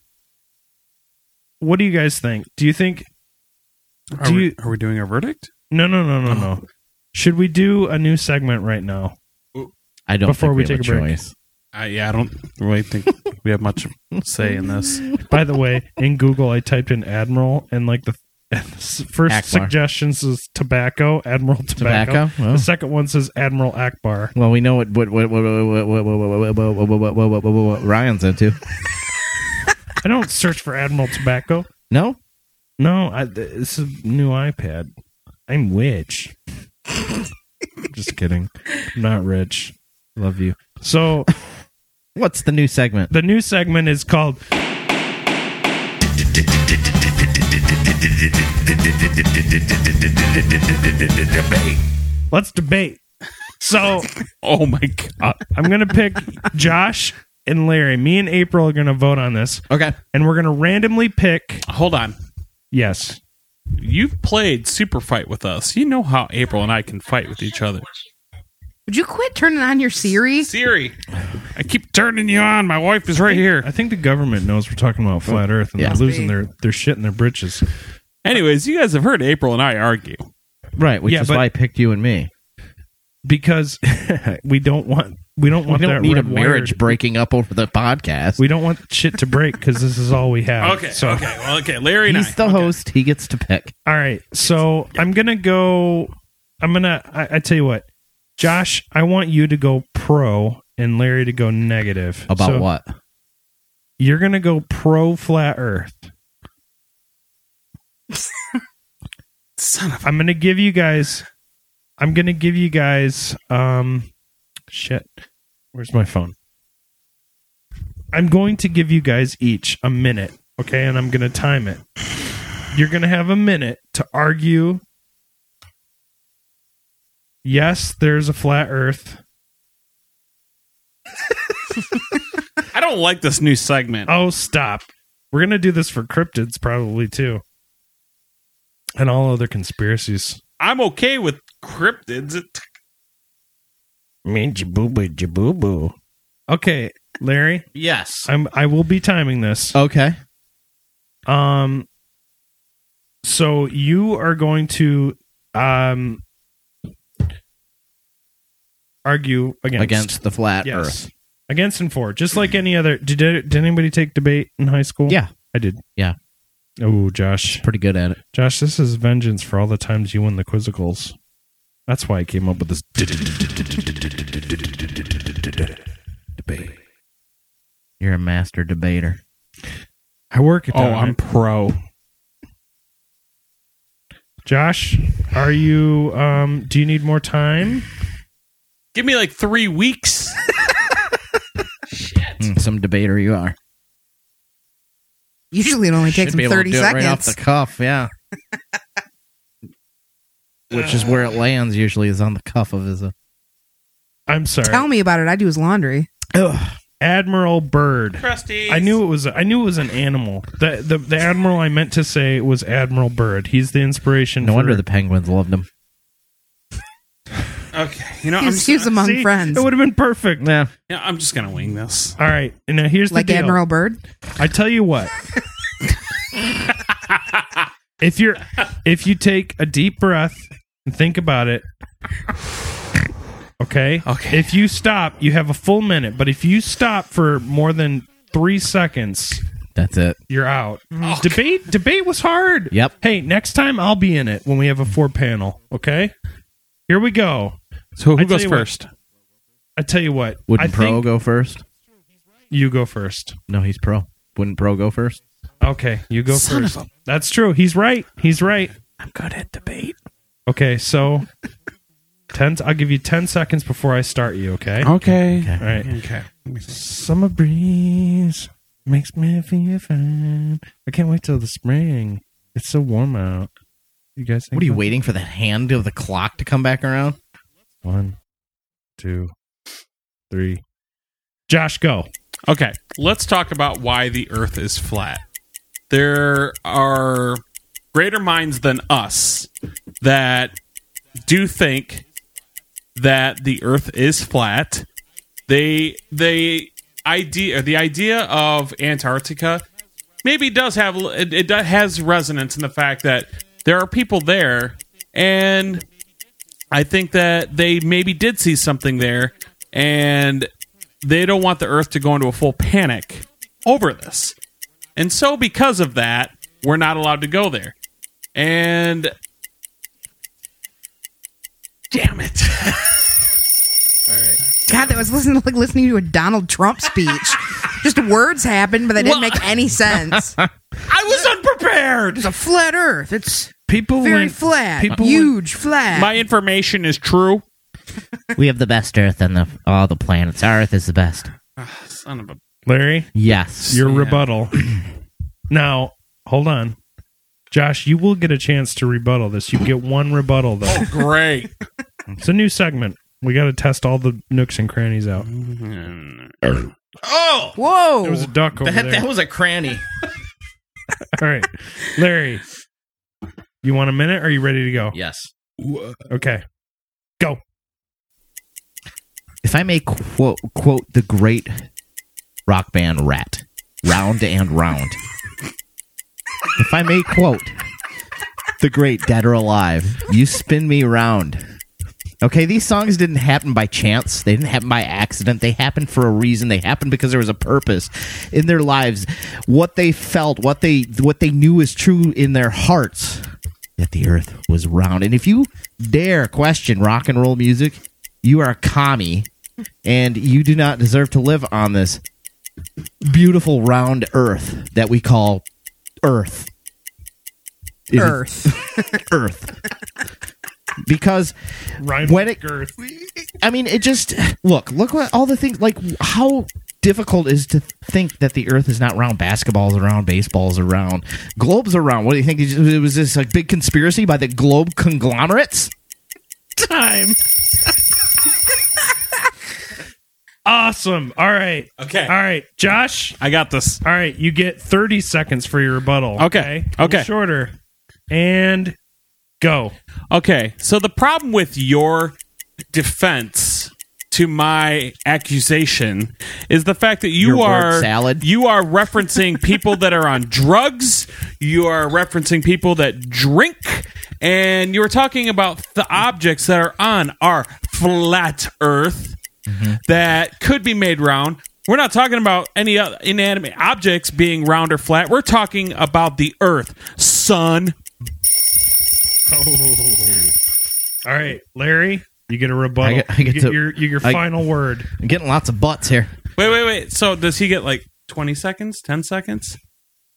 S3: what do you guys think? Do you think?
S6: Are,
S3: Do
S6: we,
S3: you-
S6: are we doing a verdict?
S3: No, no, no, no,
S4: Oh.
S3: no. Should we do a new segment right now?
S4: I don't
S3: Before
S4: think
S3: we
S4: we, have
S3: take a break.
S4: choice.
S6: I, Uh, yeah, I don't really think we have much say in this.
S3: By the way, in Google, I typed in Admiral, and like the, and the s- first
S4: Akbar.
S3: suggestions is tobacco, Admiral tobacco.
S4: Tobacco? Oh.
S3: The second one says Admiral Akbar.
S4: Well, we know what what what what what what what what what what what what what Ryan's into.
S3: I don't search for Admiral Tobacco.
S4: No,
S3: No, I, th- this is a new iPad. I'm rich. Just kidding. I'm not rich. Love you. So
S4: what's the new segment?
S3: the new segment is called Let's debate. So uh,
S6: Oh my god!
S3: I'm gonna pick Josh and Larry. Me and April are gonna vote on this,
S4: Okay,
S3: and we're gonna randomly pick.
S6: Hold on.
S3: Yes,
S6: You've played Super Fight with us. You know how April and I can fight with each other.
S5: Would you quit turning on your Siri?
S6: Siri, I keep turning you on. My wife is right here.
S3: I think the government knows we're talking about flat Earth, and
S4: Yeah.
S3: they're losing their their shit in their britches.
S6: Anyways, you guys have heard April and I argue.
S4: right, which
S3: Yeah,
S4: is
S3: but-
S4: why I picked you and me.
S3: because we don't want we don't
S4: We
S3: want
S4: don't
S3: that
S4: need a
S3: red wire-
S4: marriage breaking up over the podcast.
S3: We don't want shit to break because this is all we have.
S6: Okay,
S3: So
S6: okay, well, okay. Larry and I.
S4: He's the host; he gets to pick.
S3: all right. So I'm gonna go. I'm gonna. I, I tell you what, Josh. I want you to go pro and Larry to go negative.
S4: About
S3: So
S4: what?
S3: You're gonna go pro flat Earth.
S6: Son of
S3: I'm gonna give you guys. I'm gonna give you guys. Um, shit. Where's my phone? I'm going to give you guys each a minute, okay? And I'm gonna time it. You're gonna have a minute to argue. Yes, there's a flat Earth.
S6: a- I don't like this new segment.
S3: Oh, stop. We're gonna do this for cryptids probably too, and all other conspiracies.
S6: I'm okay with cryptids.
S3: Man, jabooba jaboobo. Okay, Larry,
S7: Yes.
S3: I'm I will be timing this.
S4: Okay,
S3: Um so you are going to um argue against,
S4: against the flat
S3: yes.
S4: Earth.
S3: Against and for. Just like any other did did anybody take debate in high school?
S4: Yeah,
S3: I did.
S4: Yeah.
S3: Oh, Josh.
S4: pretty good at it.
S3: Josh, this is vengeance for all the times you win the quizzicals. That's why I came up with this
S4: You're a master debater.
S3: I work it.
S6: Oh,
S3: down.
S6: I'm pro.
S3: Josh, are you um do you need more time?
S6: Give me like three weeks.
S4: Mm, some debater you are.
S5: Usually it only takes
S4: Should be
S5: them
S4: able to
S5: 30
S4: do it
S5: seconds.
S4: right off the cuff. Yeah. Which is where it lands usually is on the cuff of his. Uh,
S3: I'm sorry.
S5: Tell me about it. I do his laundry.
S3: Admiral Bird.
S6: Crusty.
S3: I knew it was I knew it was an animal. The the, the admiral I meant to say was Admiral Bird. He's the inspiration
S4: no
S3: for
S4: wonder the penguins loved him.
S6: Okay, you know, I'm
S5: He's,
S6: just,
S5: he's among
S3: See,
S5: friends.
S3: It would have been perfect.
S4: Yeah.
S6: you know, I'm just gonna wing this.
S3: All right. And now here's
S5: Like
S3: the deal.
S5: Admiral Byrd.
S3: I tell you what. if you're if you take a deep breath and think about it, okay?
S6: Okay.
S3: If you stop, you have a full minute, but if you stop for more than 3 seconds,
S4: That's it.
S3: you're out.
S6: Mm-hmm.
S3: Debate debate was hard.
S4: Yep.
S3: Hey, next time I'll be in it when we have a four panel, okay? Here we go.
S6: So who
S3: I tell
S6: goes
S3: you what.
S6: first?
S3: I tell you what. I
S4: Wouldn't Pro
S3: think
S4: go first?
S3: you go first.
S4: No, he's Pro. Wouldn't Pro go first?
S3: Okay, you go first. That's true. He's right. He's right.
S6: I'm good at debate.
S3: Okay, so ten. I'll give you ten seconds before I start you. Okay. All
S6: Okay.
S3: right.
S6: Okay.
S3: Summer breeze makes me feel fine. I can't wait till the spring. It's so warm out. You guys. Think
S4: What are you
S3: about-
S4: waiting for the hand of the clock to come back around?
S3: One, two, three. Josh, go.
S8: Okay, let's talk about why the Earth is flat. There are greater minds than us that do think that the Earth is flat. They they idea the idea of Antarctica maybe does have it, it does- has resonance in the fact that there are people there and I think that they maybe did see something there, and they don't want the Earth to go into a full panic over this. And so, because of that, we're not allowed to go there. And. Damn it.
S5: God, that was listening to like listening to a Donald Trump speech. Just words happened, but they didn't make any sense. It's
S8: I was unprepared!
S5: a flat Earth. It's
S3: People
S5: very
S3: went-
S5: flat,
S3: people
S5: huge, flat.
S8: My information is true.
S4: We have the best Earth on the all the planets. Our Earth is the best.
S8: Son of a.
S3: Larry,
S4: Yes.
S3: your rebuttal. now, hold on. Josh, you will get a chance to rebuttal this. You get one rebuttal though.
S8: Great.
S3: it's a new segment. We got to test all the nooks and crannies out.
S4: oh,
S5: Whoa!
S3: There was a duck over
S4: that,
S3: there.
S4: that was a cranny.
S3: all right, Larry, you want a minute? Or are you ready to go?
S4: Yes.
S3: Okay, go.
S4: If I may quote quote the great rock band Rat, round and round. if I may quote the great Dead or Alive, you spin me round. Okay, these songs didn't happen by chance. They didn't happen by accident. They happened for a reason. They happened because there was a purpose in their lives. What they felt, what they what they knew was true in their hearts that the earth was round. And if you dare question rock and roll music, you are a commie and you do not deserve to live on this beautiful round earth that we call earth. It is
S5: Earth.
S4: Earth. Because
S3: Ryan
S4: When it-
S3: Girth.
S4: I mean, it just look, look what all the things like how difficult is to think that the Earth is not round. Basketballs around, baseballs around, globes around. What do you think? It was this like big conspiracy by the globe conglomerates.
S3: time. awesome. All right.
S8: Okay.
S3: All right, Josh.
S8: I got this.
S3: All right, you get 30 seconds for your rebuttal.
S8: Okay.
S3: A little
S8: Okay.
S3: Shorter. And go.
S8: Okay, so the problem with your defense to my accusation is the fact that you
S4: Your word
S8: are
S4: salad.
S8: you are referencing people that are on drugs, you are referencing people that drink, and you were talking about the objects that are on our flat earth
S4: Mm-hmm.
S8: that could be made round. We're not talking about any other inanimate objects being round or flat. We're talking about the earth, sun,
S3: All right, Larry, you get a rebuttal.
S4: I get- I get
S3: you
S4: to-
S3: your, you- your
S4: I-
S3: final word.
S4: I'm getting lots of butts here.
S8: Wait, wait, wait. So does he get like 20 seconds, 10 seconds?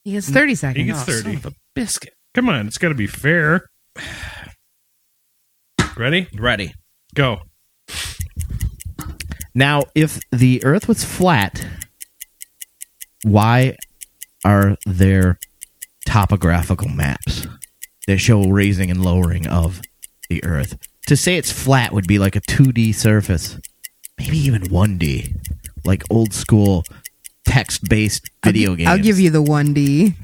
S5: He has thirty
S3: He
S5: seconds.
S3: gets 30.
S8: The biscuit.
S3: Come on, it's got to be fair. Ready?
S4: Ready.
S3: Go.
S4: Now, if the Earth was flat, why are there topographical maps that show raising and lowering of the Earth? To say it's flat would be like a 2D surface, maybe even 1D, like old school text based video games.
S5: I'll give you the one D.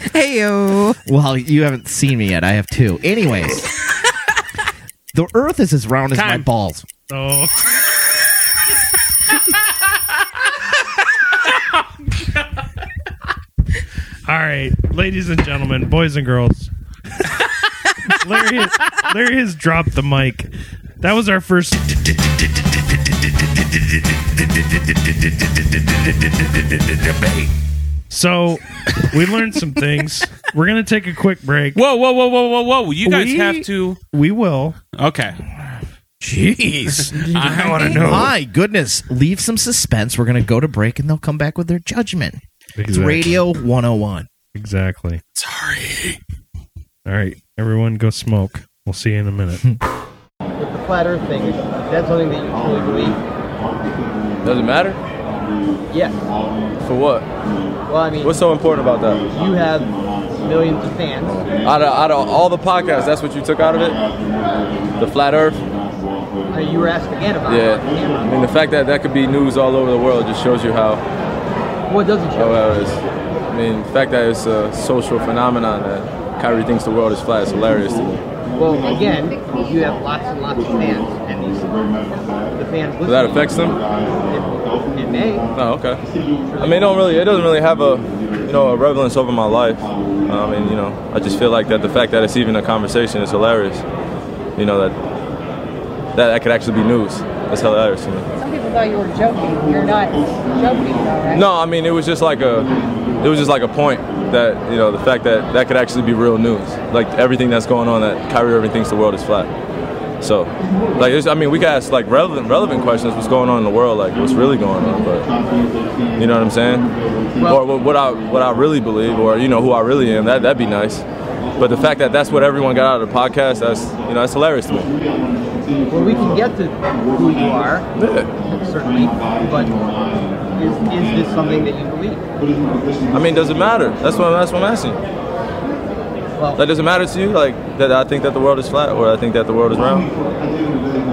S5: Heyo.
S4: Well, you haven't seen me yet. I have two. Anyways, the Earth is as round as my
S8: Time.
S4: balls.
S3: Oh, all right, ladies and gentlemen, boys and girls. Larry, Larry has dropped the mic. That was our first. So, we learned some things. We're gonna take a quick break.
S8: Whoa, whoa, whoa, whoa, whoa, whoa. You guys
S3: We-
S8: have to.
S3: We will.
S8: Okay.
S4: Jeez.
S8: I want
S4: My goodness. Leave some suspense. We're going to go to break and they'll come back with their judgment. It's Radio 101.
S3: Exactly.
S8: Sorry.
S3: All right, everyone, go smoke. We'll see you in a minute.
S9: with the flat earth thing, if that's something that you truly believe,
S2: Does it matter?
S9: yes.
S2: For what?
S9: Well, I mean,
S2: What's so important about that?
S9: you have millions of fans.
S2: Out of, out of all the podcasts, that's what you took out of it? The flat earth?
S9: Uh, you were asked again about
S10: Yeah.
S9: Mark Cameron.
S10: And the fact that that could be news all over the world just shows you how,
S9: What doesn't
S10: how
S9: show?
S10: well it is. I mean, the fact that it's a social phenomenon that Kyrie thinks the world is flat is hilarious to me.
S9: Well, again, you have lots and lots of fans, and these the fans listen.
S10: Does that affects them?
S9: It, it may.
S10: Oh, okay. I mean, it don't really. It doesn't really have a, you know, a relevance over my life. I mean, you know, I just feel like that the fact that it's even a conversation is hilarious. You know that that that could actually be news. That's hilarious to me.
S11: Some people thought you were joking. You're not joking, though, right?
S10: No, I mean it was just like a, it was just like a point that you know the fact that that could actually be real news, like everything that's going on that Kyrie Irving thinks the world is flat. So, like it's, I mean we could ask like relevant relevant questions, what's going on in the world, like what's really going on, but you know what I'm saying, or what, what I what I really believe, or you know who I really am, that that'd be nice. But the fact that that's what everyone got out of the podcast, that's you know that's hilarious to me.
S9: Well, we can get to who you are, certainly, but is, is this something that you believe?
S10: I mean, does it matter? That's what that's what I'm asking.
S9: Well-
S10: that doesn't matter to you, like that I think that the world is flat, or I think that the world is round,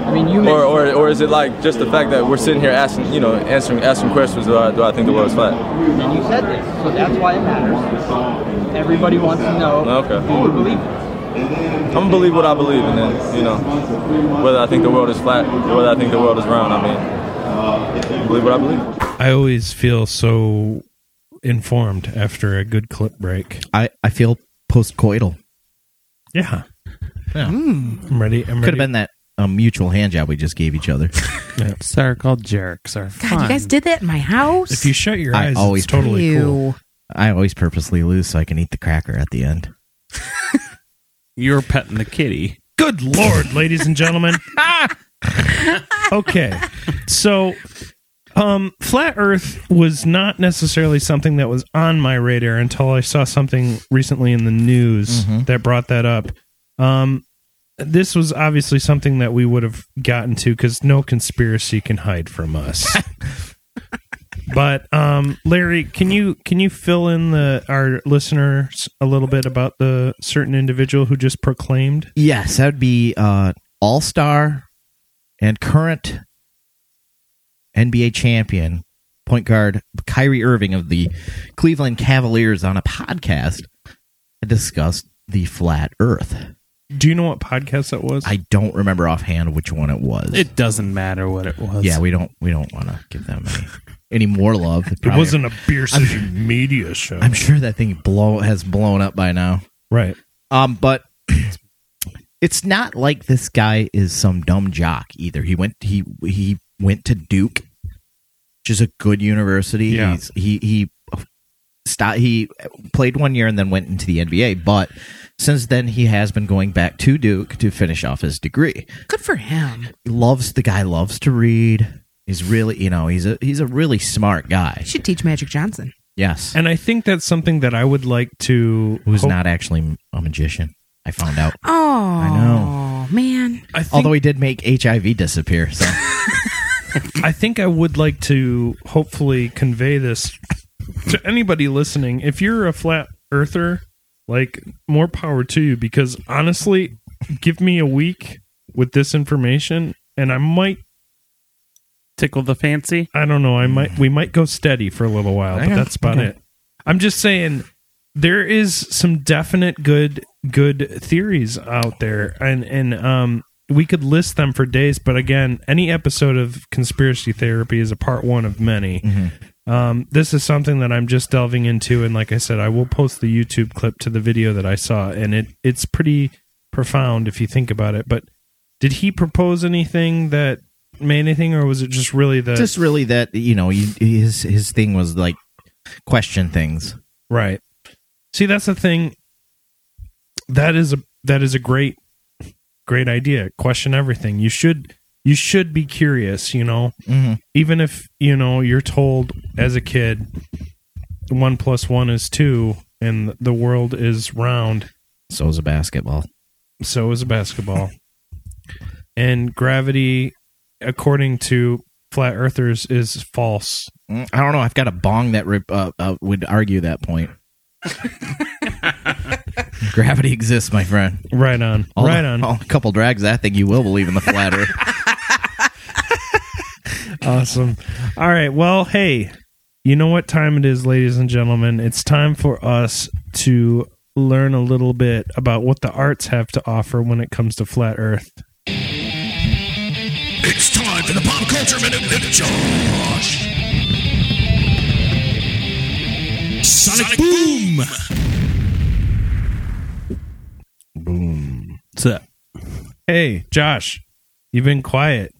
S9: I mean, you may
S10: or, or or is it like just the fact that we're sitting here asking, you know, answering asking questions? Do I, do I think the world is flat?
S9: and you said this, so that's why it matters. Everybody wants to know
S10: Okay.
S9: who you believe in.
S10: I'm gonna believe what I believe, and then you know, whether I think the world is flat, or whether I think the world is round. I mean, believe what I believe.
S3: I always feel so informed after a good clip break.
S4: I, I feel postcoital.
S3: Yeah.
S4: Yeah.
S3: I'm ready. I'm
S4: Could have
S3: ready.
S4: been that um, mutual hand job we just gave each other.
S8: Circle jerks are fun.
S5: God, you guys did that in my house.
S3: If you shut your
S4: I
S3: eyes,
S4: always
S3: it's totally
S5: Ew.
S3: cool.
S4: I always purposely lose so I can eat the cracker at the end.
S8: You're petting the kitty.
S3: Good lord, ladies and gentlemen. okay. So um flat earth was not necessarily something that was on my radar until I saw something recently in the news that brought that up. Um this was obviously something that we would have gotten to cuz no conspiracy can hide from us. but um Larry, can you can you fill in the our listeners a little bit about the certain individual who just proclaimed
S4: Yes, that would be uh, all star and current NBA champion point guard Kyrie Irving of the Cleveland Cavaliers on a podcast discussed the flat Earth.
S3: Do you know what podcast that was?
S4: I don't remember offhand which one it was.
S8: It doesn't matter what it was.
S4: yeah, we don't we don't want to give them any, any more love.
S3: it wasn't a Beer City Media show.
S4: I'm sure that thing blow has blown up by now.
S3: right.
S4: Um, but it's not like this guy is some dumb jock either. He went he he went to Duke, which is a good university.
S8: Yeah.
S4: He's, he he sta he played one year and then went into the NBA. But since then, he has been going back to Duke to finish off his degree.
S5: Good for him.
S4: He loves the guy. Loves to read. He's really you know he's a he's a really smart guy.
S5: You should teach Magic Johnson.
S4: Yes,
S3: And I think that's something that I would like to.
S4: who's
S3: hope-
S4: not actually a magician. I found out.
S5: Oh,
S4: know.
S5: man.
S3: I think,
S4: Although he did make HIV disappear. So.
S3: I think I would like to hopefully convey this to anybody listening. If you're a flat earther, like more power to you. Because honestly, give me a week with this information, and I might.
S8: Tickle the fancy.
S3: I don't know. I might. We might go steady for a little while, but
S4: Okay,
S3: that's about
S4: okay.
S3: it. I'm just saying there is some definite good good theories out there, and and um we could list them for days. But again, any episode of conspiracy therapy is a part one of many.
S4: Mm-hmm.
S3: Um, this is something that I'm just delving into, and like I said, I will post the YouTube clip to the video that I saw, and it it's pretty profound if you think about it. But did he propose anything that made anything, or was it just really the
S4: just really that you know you, his his thing was like question things
S3: Right. See, that's the thing. That is a that is a great great idea. Question everything. You should you should be curious, you know.
S4: Mhm.
S3: Even if, you know, you're told as a kid 1 plus 1 is 2 and the world is round,
S4: so is a basketball
S3: so is a basketball. and gravity according to flat earthers is false.
S4: Mm, i don't know i've got a bong that re- uh, uh, would argue that point gravity exists my friend
S3: Right on.
S4: all
S3: right on.
S4: all a couple drags that thing you will believe in the flat earth
S3: awesome. All right. Well, hey, you know what time it is, ladies and gentlemen? It's time for us to learn a little bit about what the arts have to offer when it comes to flat earth.
S12: It's time for the Pop Culture Minute with Josh. Sonic, Boom!
S3: Boom. What's up? Hey, Josh, you've been quiet.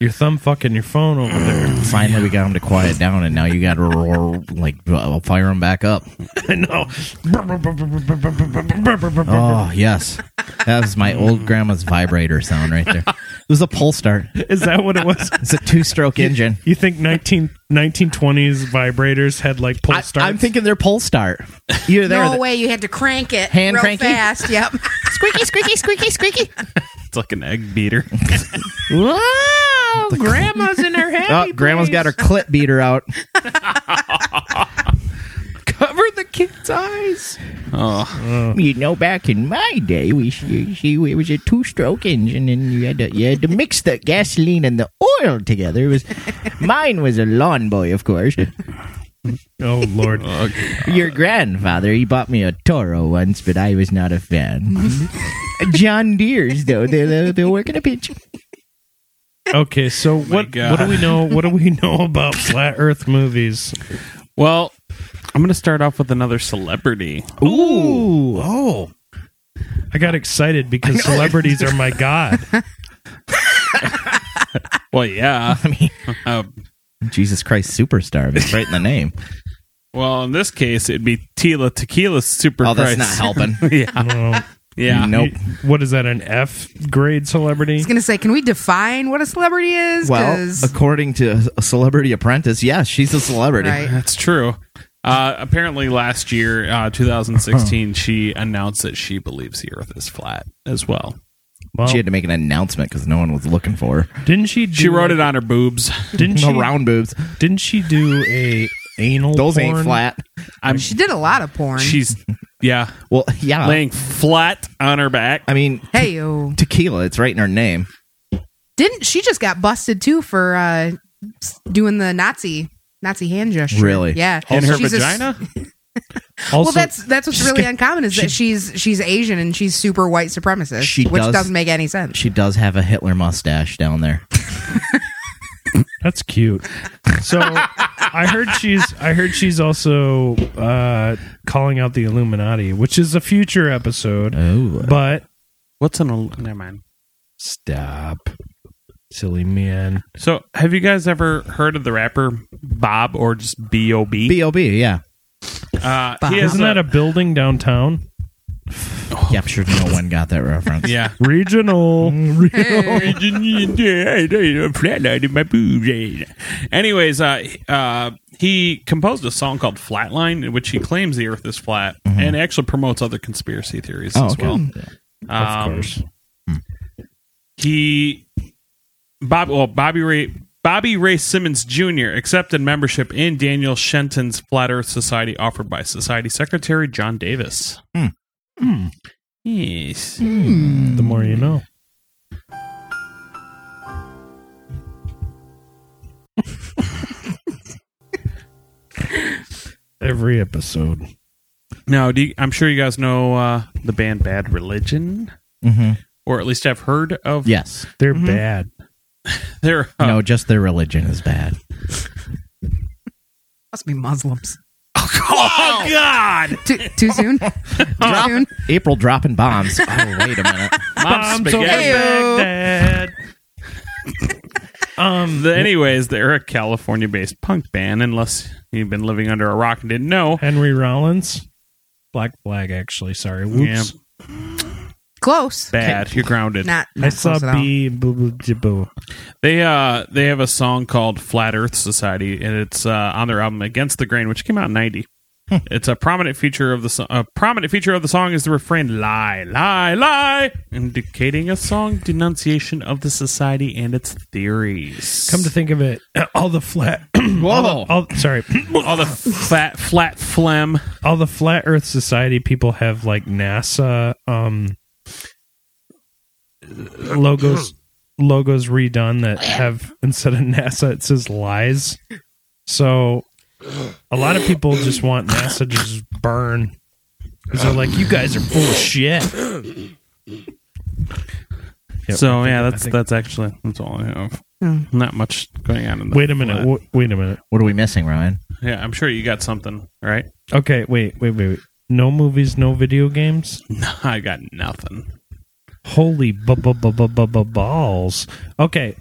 S3: Your thumb fucking your phone over there.
S4: Finally, we got him to quiet down, and now you got to roar like uh, fire him back up.
S3: I know.
S4: Oh yes, that was my old grandma's vibrator sound right there. It was a pole start.
S3: Is that what it was?
S4: It's a two-stroke engine.
S3: You think 19, 1920s vibrators had like pull starts?
S4: I'm thinking they're pole start. Either there, or
S5: no
S4: the-
S5: way, you had to crank it
S4: Hand
S5: real
S4: cranky?
S5: fast. Yep. squeaky, squeaky, squeaky, squeaky.
S8: It's like an egg beater.
S5: Whoa, grandma's in her head.
S4: oh, grandma's got her clip beater out.
S8: Cover the kid's eyes.
S4: Oh. You know, back in my day, we she, she it was a two-stroke engine, and you had to you had to mix the gasoline and the oil together. It was mine was a lawn boy, of course.
S3: Oh Lord.
S4: Your grandfather, he bought me a Toro once, but I was not a fan. John Deere's though, they they they work in a pinch.
S3: Okay, so what
S8: God.
S3: what do we know? What do we know about flat Earth movies?
S8: Well, I'm going to start off with another celebrity.
S4: Ooh,
S3: Oh, I got excited because celebrities are my god.
S8: Well, yeah.
S4: I mean,
S8: Um,
S4: Jesus Christ, superstar! It's right in the name.
S8: well, in this case, it'd be Tila Tequila Super
S4: Oh, that's
S8: Christ.
S4: not helping.
S8: yeah.
S3: Oh,
S8: Yeah.
S4: Nope.
S3: What is that? An F grade celebrity?
S5: I was gonna say, can we define what a celebrity is?
S4: Well,
S5: 'Cause-
S4: according to a Celebrity Apprentice, yes, she's a celebrity.
S5: right.
S8: That's true. Uh, apparently, last year, uh, 2016, she announced that she believes the Earth is flat as well.
S3: Well,
S4: She had to make an announcement because no one was looking for her.
S3: didn't she? Do,
S8: She wrote it on her boobs.
S3: Didn't she?
S4: No round boobs.
S3: Didn't she do a anal?
S4: Those ain't
S3: porn?
S4: flat.
S8: I'm.
S5: She did a lot of porn.
S8: She's yeah,
S4: Well, yeah.
S8: laying flat on her back.
S4: I mean,
S5: hey, yo.
S4: tequila. It's right in her name.
S5: didn't she just got busted too for uh, s- doing the Nazi Nazi hand gesture?
S4: Really?
S5: Yeah.
S8: in her
S5: She's a s-
S8: vagina.
S3: Also,
S5: well, that's that's what's
S4: she's
S5: really
S4: got-
S5: uncommon is that she's she's Asian and she's super white supremacist,
S4: She
S5: which
S4: does-
S5: doesn't make any sense.
S4: She does have a Hitler mustache down there.
S3: that's cute. So I heard she's I heard she's also uh, calling out the Illuminati, which is a future episode.
S4: Oh,
S3: But
S8: What's an al- never mind.
S3: stop, silly man.
S8: So, have you guys ever heard of the rapper Bob or just B O B?
S4: Bob, yeah,
S8: Uh, he has
S3: Isn't that a building downtown?
S4: yeah. I'm sure no one got that reference.
S8: yeah.
S3: Regional.
S8: Flatline in my boobs. Anyways, uh, uh, he composed a song called Flatline, in which he claims the Earth is flat, and actually promotes other conspiracy theories
S4: Mm-hmm. Oh,
S8: as
S4: okay.
S8: well.
S3: Of
S8: Um,
S3: course.
S4: Hmm.
S8: he Bob well Bobby Ray Bobby Ray Simmons Jr. accepted membership in Daniel Shenton's Flat Earth Society offered by Society Secretary John Davis.
S4: Hmm.
S8: Yes.
S3: The more you know. Every episode.
S8: Now, do you, I'm sure you guys know uh, the band Bad Religion,
S4: hmm
S8: or at least have heard of
S4: Yes.
S3: They're bad.
S8: their. Uh,
S4: no, just their religion is bad.
S5: Must be Muslims.
S8: Oh God!
S5: Too, too soon. too soon.
S4: April dropping bombs. Oh, wait a minute.
S8: Mom
S3: Bombs over
S8: spaghetti.
S3: Baghdad. um,
S8: The- anyways, they're a California-based punk band. Unless you've been living under a rock and didn't know,
S3: Henry Rollins. Black flag, actually. Sorry. Whoops.
S5: Close.
S8: bad. You're grounded.
S5: Not, not
S3: I saw
S5: close at all.
S3: B. Boo, boo, boo, boo.
S8: They uh they have a song called Flat Earth Society, and it's uh, on their album Against the Grain, which came out in '90.
S3: Hmm.
S8: It's a prominent feature of the so- a prominent feature of the song is the refrain "lie, lie, lie," indicating a song denunciation of the society and its theories.
S3: Come to think of it, all the flat. Whoa. All the, all, sorry.
S8: all the flat flat phlegm.
S3: all the flat earth society people have like nasa um logos logos redone that have instead of NASA it says lies. So a lot of people just want NASA to just burn. 'Cause They're like, you guys are full of shit. Yep,
S8: so
S3: I think-
S8: yeah,
S3: I
S8: that's
S3: think-
S8: that's actually that's all I have.
S3: Hmm.
S8: Not much going on in the
S3: Wait a minute.
S8: flat.
S3: wh- wait a minute.
S4: What are we missing, Ryan?
S8: Yeah, I'm sure you got something, right?
S3: Okay, wait, wait, wait, wait. No movies, no video games.
S8: No, I got nothing.
S3: Holy bu- bu- bu- bu- bu- bu- balls. Okay.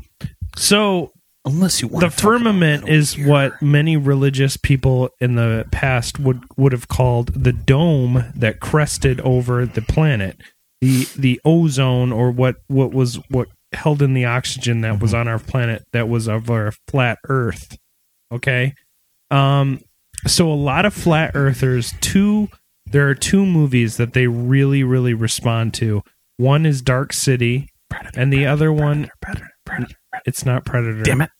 S3: So
S8: unless you
S3: want the firmament is what many religious people in the past would would have called the dome that crested over the planet. The the ozone or what what was what held in the oxygen that was on our planet that was of our flat earth. Okay? Um, so a lot of flat earthers. Two, there are two movies that they really, really respond to. One is Dark City, and the other one, it's not Predator. Damn it!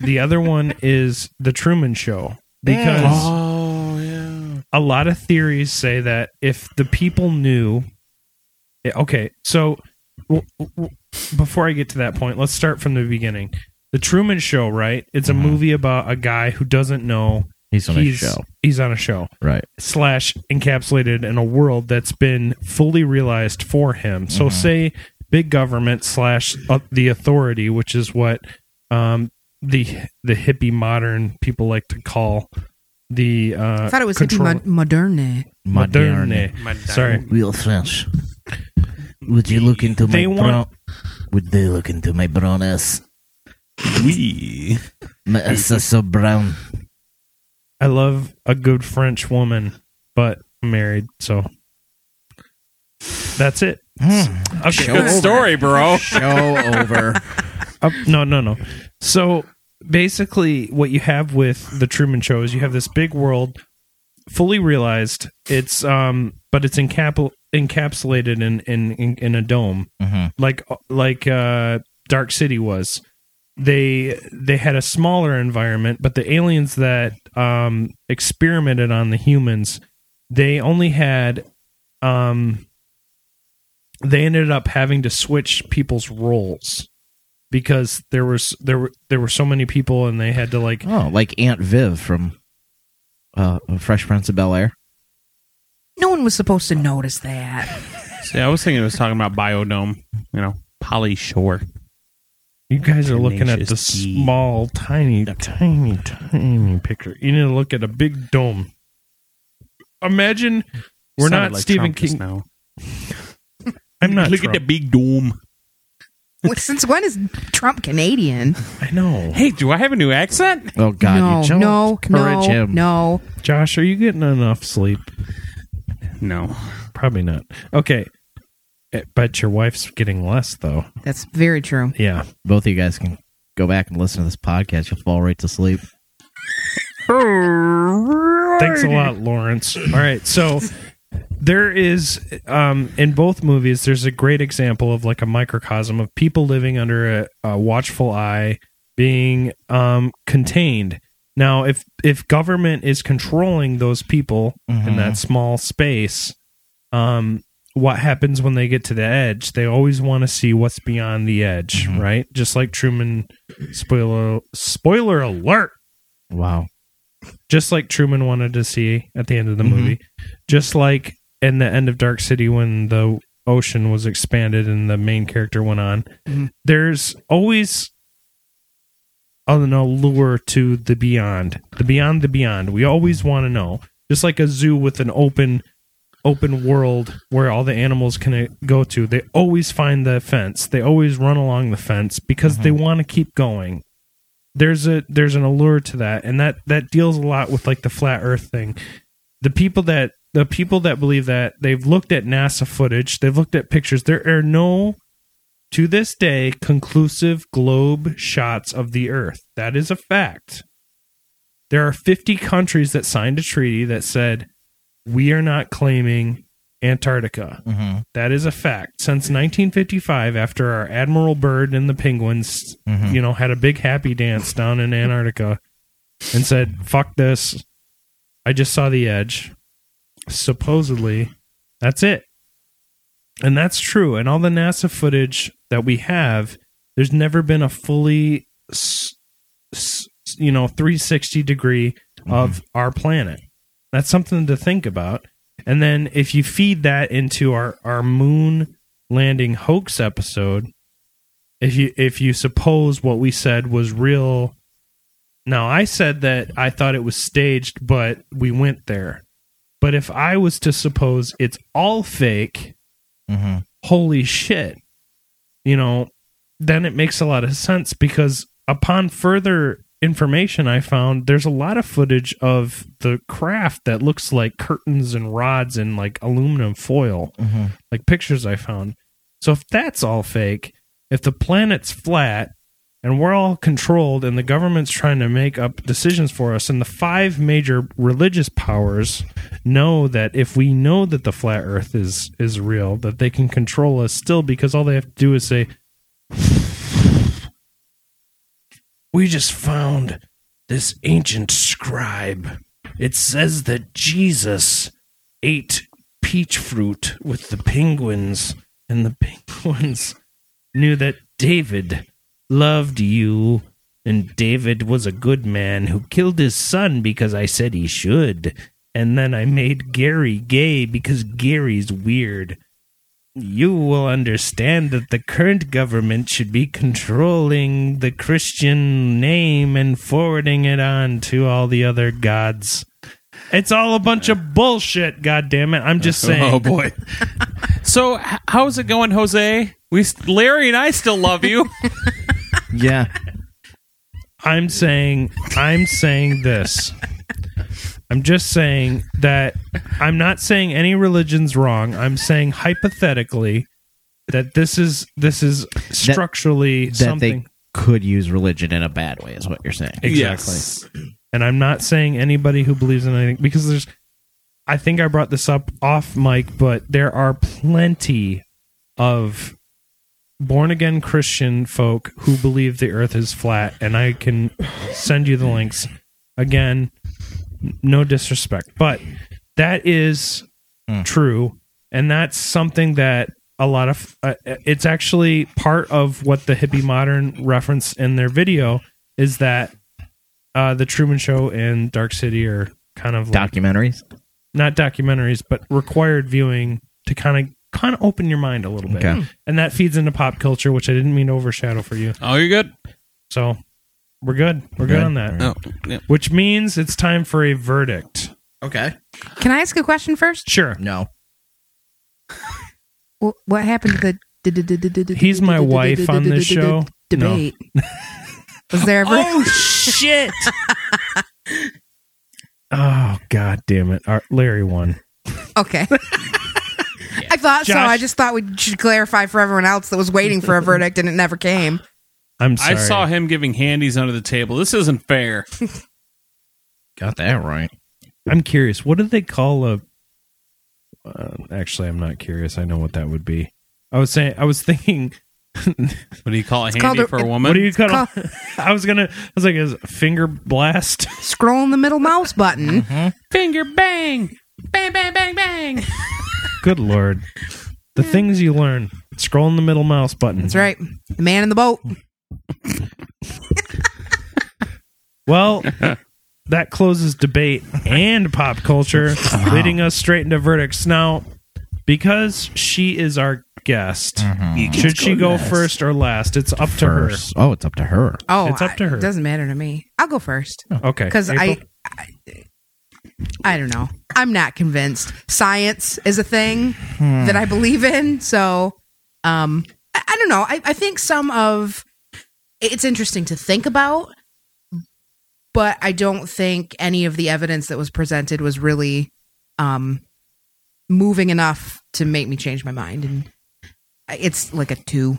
S3: The other one is The Truman Show because
S8: Oh,
S3: a lot of theories say that if the people knew yeah, okay so w- w- before i get to that point let's start from the beginning the truman show right it's a movie about a guy who doesn't know
S4: Mm-hmm. He's on a show.
S3: he's on a show
S4: Right.
S3: slash encapsulated in a world that's been fully realized for him so
S4: Mhm.
S3: say big government slash up the authority which is what um, the the hippie modern people like to call the uh,
S5: I thought it was
S3: control-
S5: hippie mo- moderne.
S3: Moderne. Sorry.
S4: Real fast. Would you look into
S3: They
S4: my
S3: want-
S4: brown? Would they look into my brown ass?
S8: We.
S4: My ass is so brown.
S3: I love a good French woman, but I'm married, so that's it. Okay.
S8: Show Good over. story, bro. Show over.
S3: Uh, no, no, no. So basically, what you have with the Truman Show is you have this big world, fully realized. It's um, but it's encapul- encapsulated in in in, in a dome,
S4: Mhm.
S3: like like uh, Dark City was. They they had a smaller environment, but the aliens that um, experimented on the humans, they only had um, they ended up having to switch people's roles because there was there were there were so many people and they had to like
S4: Oh, like Aunt Viv from uh, Fresh Prince of Bel Air.
S5: No one was supposed to notice that.
S8: See, I was thinking it was talking about biodome. You know, Polly Shore.
S3: you guys are looking at the
S8: Tenacious D.
S3: small tiny tiny tiny picture you need to look at a big dome imagine we're
S8: Sounded
S3: not
S8: like
S3: Stephen
S8: Trump just
S3: King
S8: now.
S3: I'm not
S8: Look
S3: Trump.
S8: at the big dome.
S5: Well, Since when is Trump Canadian?
S3: I know.
S8: Hey, do I have a new accent?
S4: Oh God,
S5: no,
S4: you don't
S5: no, no,
S4: encourage him.
S5: no.
S3: Josh, are you getting enough sleep?
S8: No.
S3: Probably not. Okay. Eh, But your wife's getting less though.
S5: That's very true.
S3: Yeah.
S4: Both of you guys can go back and listen to this podcast. You'll fall right to sleep.
S3: Thanks a lot, Lawrence. All right, so there is um, in both movies. There's a great example of like a microcosm of people living under a, a watchful eye, being um, contained. Now, if if government is controlling those people in
S4: Mhm.
S3: that small space, um, what happens when they get to the edge? They always want to see what's beyond the edge, right? Just like Truman. Spoiler spoiler alert
S4: Wow.
S3: just like Truman wanted to see at the end of the movie, just like in the end of Dark City when the ocean was expanded and the main character went on. There's always an allure to the beyond, the beyond, the beyond. We always want to know, just like a zoo with an open, open world where all the animals can uh, go to. They always find the fence. They always run along the fence because they want to keep going there's a there's an allure to that and that that deals a lot with like the flat earth thing the people that the people that believe that they've looked at nasa footage they've looked at pictures there are no to this day conclusive globe shots of the earth that is a fact there are 50 countries that signed a treaty that said we are not claiming antarctica
S4: Mhm.
S3: That is a fact since 1955 after our admiral byrd and the penguins
S4: Mhm.
S3: you know had a big happy dance down in antarctica and said fuck this i just saw the edge supposedly that's it and that's true and all the nasa footage that we have There's never been a fully, s- s- you know, 360 degree of our planet. That's something to think about. And then if you feed that into our our moon landing hoax episode, if you if you suppose what we said was real now i said that i thought it was staged but we went there but if i was to suppose it's all fake
S4: mm-hmm.
S3: holy shit you know then it makes a lot of sense because upon further information i found there's a lot of footage of the craft that looks like curtains and rods and like aluminum foil
S4: Mhm.
S3: like pictures I found. So if that's all fake, if the planet's flat and we're all controlled and the government's trying to make up decisions for us and the five major religious powers know that if we know that the flat earth is is real that they can control us still because all they have to do is say we just found this ancient scribe. It says that Jesus ate peach fruit with the penguins, and the penguins knew that David loved you, and David was a good man who killed his son because I said he should. And then I made Gary gay because Gary's weird you will understand that the current government should be controlling the Christian name and forwarding it on to all the other gods. It's all a bunch of bullshit, God damn it! I'm just saying.
S8: Oh, boy. So h- how's it going, Jose? We s- Larry and I still love you.
S4: Yeah.
S3: I'm saying I'm saying this. I'm just saying that I'm not saying any religion's wrong. I'm saying hypothetically that this is this is structurally
S4: that
S3: something
S4: they could use religion in a bad way is what you're saying.
S3: Exactly. And I'm not saying anybody who believes in anything because there's I think I brought this up off mic, but there are plenty of born again Christian folk who believe the earth is flat and I can send you the links. Again, n- no disrespect, but that is true and that's something that a lot of uh, it's actually part of what the hippie modern reference in their video is that uh, the Truman Show and Dark City are kind of like,
S4: Documentaries.
S3: not documentaries, but required viewing to kind of kind of open your mind a little bit,
S8: Hmm.
S4: Okay.
S3: and that feeds into pop culture, which I didn't mean to overshadow for you.
S8: Oh, you're good.
S3: So we're good. We're good,
S8: Good.
S3: on that.
S8: Oh, yeah.
S3: Which means it's time for a verdict.
S4: Okay.
S5: Can I ask a question first?
S3: Sure.
S4: No.
S5: Wh- What happened to the?
S3: He's my wife on this show.
S5: Debate. Was there ever?
S3: Oh, shit! Oh god damn it! Our, Larry won.
S5: Okay. I thought so.
S3: Josh-
S5: I just thought we should clarify for everyone else that was waiting for a verdict and it never came.
S3: I'm
S8: I
S3: sorry.
S8: saw him giving handies under the table. This isn't fair.
S4: Got that right.
S3: I'm curious. What do they call a? Uh, actually, I'm not curious. I know what that would be. I was saying. I was thinking.
S8: What do you call a
S5: called
S8: handy
S5: a-
S8: for a woman?
S3: What do you call?
S5: Call-
S3: I was gonna. I was like, is it finger blast.
S5: Scrolling the middle mouse button.
S3: Mm-hmm.
S8: Finger bang.
S11: Bang, bang, bang, bang.
S3: Good lord, the things you learn. Scrolling the middle mouse button.
S5: That's right. The man in the boat.
S3: Well, that closes debate and pop culture, leading us straight into verdicts. Now, because she is our guest, should she go first or last? It's up to her.
S4: First. Oh, it's up to her.
S5: Oh,
S3: It's up to
S5: I-
S3: her.
S5: It doesn't matter to me. I'll go first
S3: Okay.
S5: because I,
S3: April?
S5: I, I don't know. I'm not convinced. Science is a thing
S3: Hmm.
S5: that I believe in, so um, I, I don't know. I, I think some of it's interesting to think about, but I don't think any of the evidence that was presented was really um, moving enough to make me change my mind. And I- it's like a two.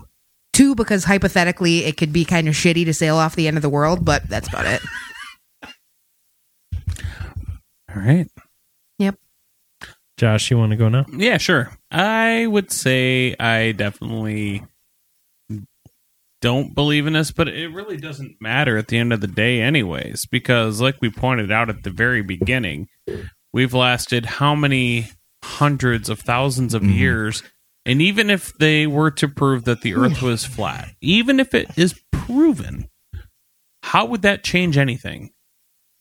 S5: Two, because hypothetically, it could be kind of shitty to sail off the end of the world, but that's about it.
S8: All right.
S3: Josh, you want to go now?
S8: Yeah, sure. I would say I definitely don't believe in this, but it really doesn't matter at the end of the day, anyways, because like we pointed out at the very beginning, we've lasted how many hundreds of thousands of years And even if they were to prove that the Earth was flat, even if it is proven, how would that change anything?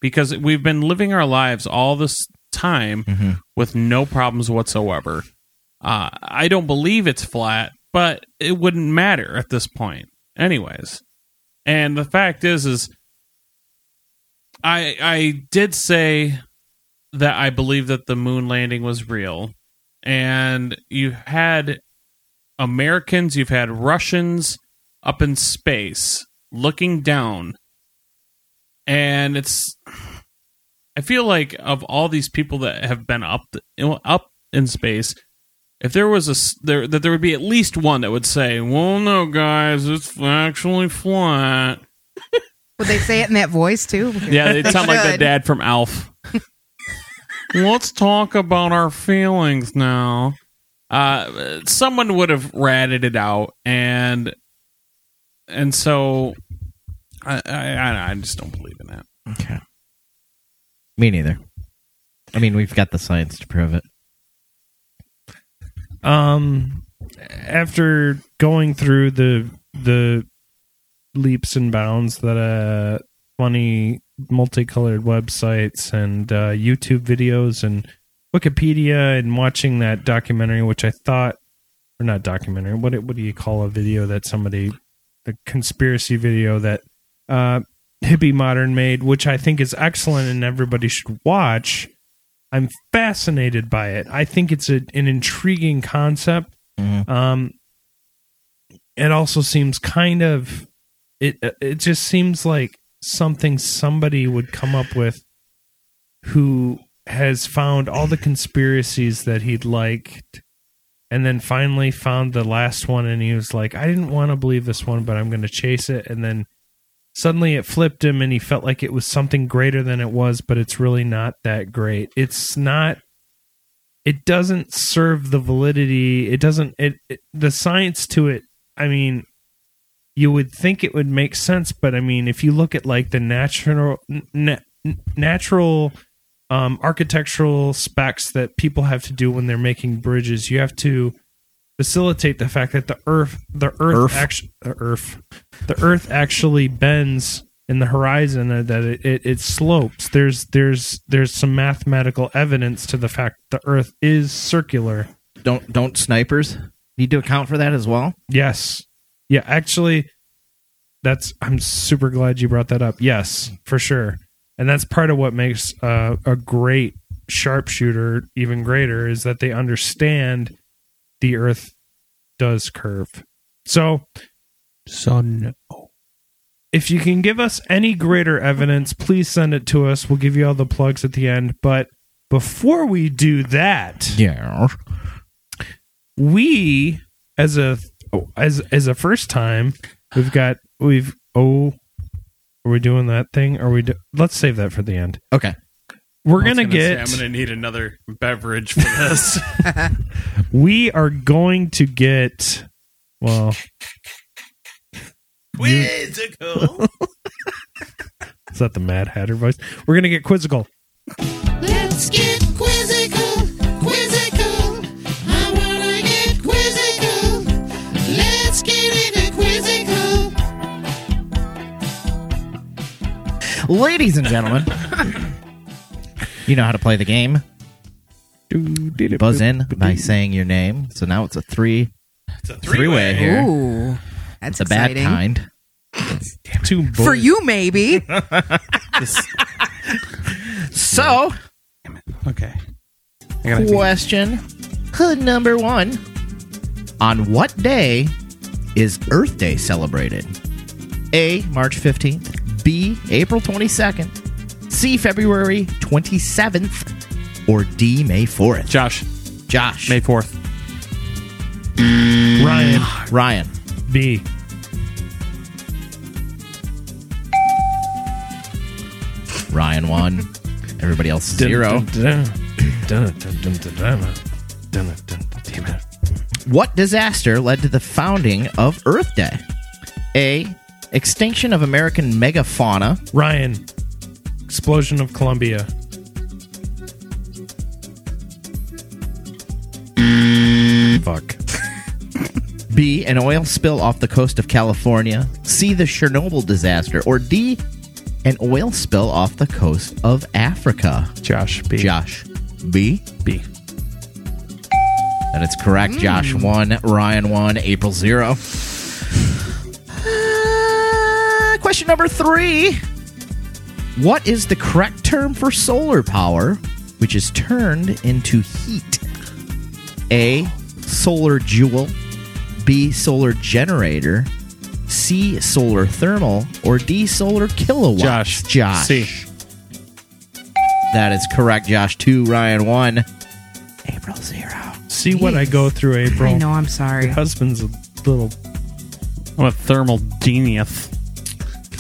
S8: Because we've been living our lives all this time with no problems whatsoever. Uh, I don't believe it's flat, but it wouldn't matter at this point, anyways. And the fact is, is I I did say that I believe that the moon landing was real, and you had Americans, you've had Russians up in space looking down, and it's. I feel like of all these people that have been up up in space, if there was a s- there that there would be at least one that would say, "Well, no, guys, it's actually flat."
S5: Would they say it in that voice too?
S8: Yeah, they sound like the
S5: should.
S8: dad from Alf. Let's talk about our feelings now. Uh, someone would have ratted it out, and and so I I, I- I just don't believe in that.
S4: Okay. Me neither. I mean, we've got the science to prove it.
S3: um after going through the the leaps and bounds that uh funny multicolored websites and uh YouTube videos and Wikipedia and watching that documentary which I thought or not documentary what it- what do you call a video that somebody the conspiracy video that uh hippie modern made which I think is excellent and everybody should watch I'm fascinated by it. I think it's a, an intriguing concept. Um, it also seems kind of it. It just seems like something somebody would come up with who has found all the conspiracies that he'd liked, and then finally found the last one, and he was like, "I didn't want to believe this one, but I'm going to chase it," and then. Suddenly it flipped him and he felt like it was something greater than it was, but it's really not that great. It's not it doesn't serve the validity it doesn't it, it the science to it i mean you would think it would make sense but i mean if you look at like the natural n- na- n- natural um, architectural specs that people have to do when they're making bridges you have to facilitate the fact that the earth the earth
S4: Earth.
S3: actu- the earth the earth actually bends in the horizon uh, that it, it, it slopes there's there's there's some mathematical evidence to the fact the earth is circular
S4: Don't don't snipers need to account for that as well?
S3: Yes. Yeah, actually that's I'm super glad you brought that up. Yes, for sure. And that's part of what makes uh, a great sharpshooter even greater is that they understand the earth does curve. So so no. If you can give us any greater evidence, please send it to us. We'll give you all the plugs at the end, but before we do that,
S4: Yeah.
S3: we as a as as a first time we've got we've oh are we doing that thing are we do, let's save that for the end
S4: okay
S3: we're
S8: I was
S3: gonna,
S8: say,
S3: get
S8: I'm gonna need another beverage for this.
S3: we are going to get well
S8: Quizzical.
S3: is that the mad hatter voice we're gonna get quizzical
S12: Let's get quizzical, quizzical. I wanna get quizzical. Let's get into quizzical.
S4: Ladies and gentlemen, you know how to play the game. You buzz in by saying your name. So now it's a three it's a three-way
S5: three-way.
S4: here.
S5: Ooh, that's
S4: the
S5: exciting.
S4: bad kind.
S3: Two
S5: For you, maybe.
S4: So,
S8: okay.
S4: question number one: On what day is Earth Day celebrated? A. March fifteenth. B. April twenty second. C. February twenty seventh. Or D. May fourth.
S8: Josh.
S4: Josh. Mm.
S8: May fourth.
S3: Ryan.
S4: Ryan.
S3: B.
S4: Ryan won. Everybody else zero. What disaster led to the founding of Earth Day? A. Extinction of American megafauna.
S3: Ryan. Explosion of Columbia.
S4: Fuck. B, an oil spill off the coast of California. C, the Chernobyl disaster. Or D, an oil spill off the coast of Africa.
S3: Josh B.
S4: Josh B.
S3: B.
S4: That it's correct. Josh
S8: Mm.
S4: 1, Ryan 1, April 0. Uh, question number 3. What is the correct term for solar power, which is turned into heat? A. Solar joule. B. Solar generator. C. Solar thermal. Or D. Solar kilowatt.
S8: Josh.
S4: Josh.
S8: C.
S4: That is correct, Josh. Two, Ryan. One. April zero.
S3: See what I go through, April.
S5: I know. I'm sorry.
S3: Your husband's a little.
S8: I'm a thermal genius.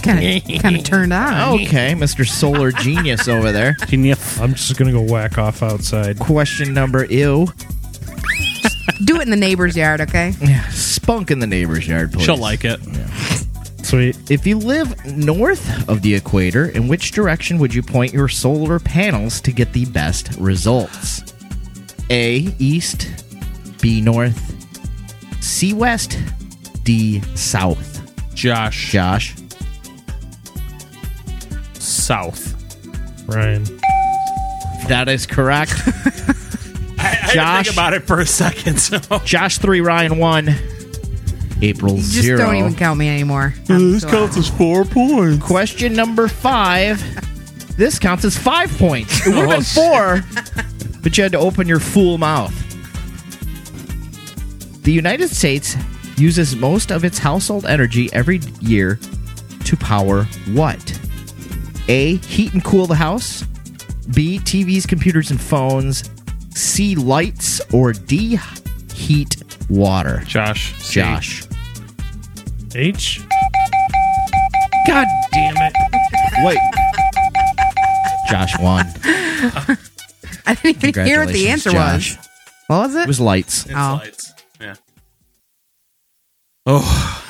S5: Kind of, kind of turned on.
S4: Okay, Mr. Solar Genius over there.
S8: Genius.
S3: I'm just gonna go whack off outside.
S4: Question number ew.
S5: Do it in the neighbor's yard, okay?
S4: Spunk in the neighbor's yard, please.
S8: She'll like it.
S3: Sweet.
S4: If you live north of the equator, in which direction would you point your solar panels to get the best results? A. East. B. North. C. West. D. South.
S8: Josh.
S4: Josh.
S8: South.
S3: Ryan.
S4: That is correct.
S8: I, I had to
S4: Josh.
S8: think about it for a second. So
S4: Josh 3, Ryan 1. April
S5: You just
S4: 0.
S5: don't even count me anymore. I'm so out.
S8: as four points.
S4: Question number five. This counts as five points. It would have been four, but you had to open your fool mouth. The United States uses most of its household energy every year to power what? A. Heat and cool the house. B. TVs, computers, and phones. C. Lights. Or D. Heat water.
S8: Josh.
S4: Josh.
S3: H.
S4: God damn it. Wait. Josh won.
S5: I didn't even hear what
S4: Congratulations,
S5: the answer
S4: Josh.
S5: was. What was it?
S4: It was lights.
S8: It's
S5: Oh.
S8: lights. Yeah. Oh.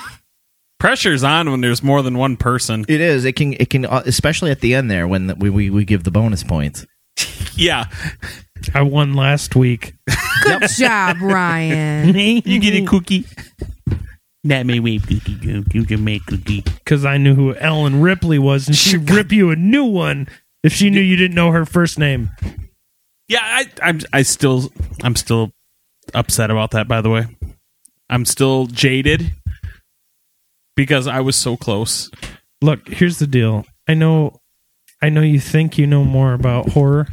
S8: Pressure's on when there's more than one person.
S4: It is. It can. It can. uh, Especially at the end there when the, we, we we give the bonus points.
S8: Yeah.
S3: I won last week.
S5: Good job, Ryan.
S8: you get a cookie.
S7: That may wait, cookie goo. You can make cookie.
S3: because I knew who Ellen Ripley was, and she'd rip you a new one if she knew you didn't know her first name.
S8: Yeah, I, I'm. I still. I'm still upset about that. By the way, I'm still jaded because I was so close.
S3: Look, here's the deal. I know, I know you think you know more about horror,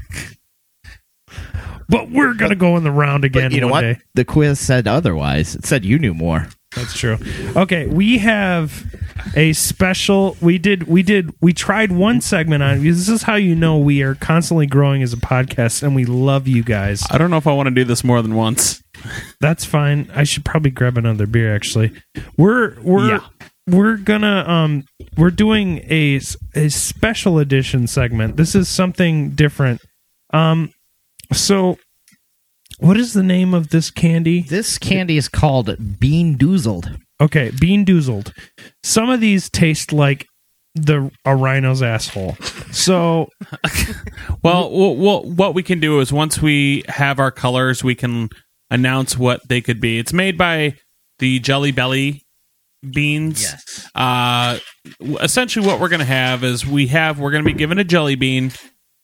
S3: but we're gonna go in the round again
S4: But you know
S3: one
S4: what?
S3: day.
S4: The quiz said otherwise. It said you knew more.
S3: That's true. Okay, we have a special. We did. We did. We tried one segment on. This is how you know we are constantly growing as a podcast, and we love you guys.
S8: I don't know if I want to do this more than once.
S3: That's fine. I should probably grab another beer. Actually, we're we're
S8: Yeah.
S3: we're gonna um we're doing a s- a special edition segment. This is something different. Um, so what is the name of this candy?
S4: This candy is called Bean Doozled.
S3: Okay, bean doozled. Some of these taste like the a rhino's asshole. So
S8: Well, well, well, what we can do is once we have our colors, we can announce what they could be. It's made by the Jelly Belly beans.
S4: Yes.
S8: Uh, w- essentially, what we're going to have is we have we're going to be given a jelly bean,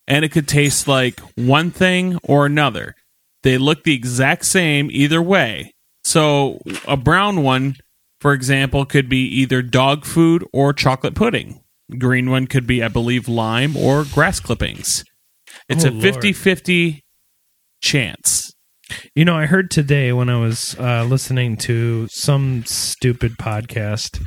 S8: and it could taste like one thing or another. They look the exact same either way. So a brown one, for example, could be either dog food or chocolate pudding. Green one could be, I believe, lime or grass clippings. It's
S3: Oh,
S8: a 50 50 chance.
S3: You know, I heard today when I was uh, listening to some stupid podcast,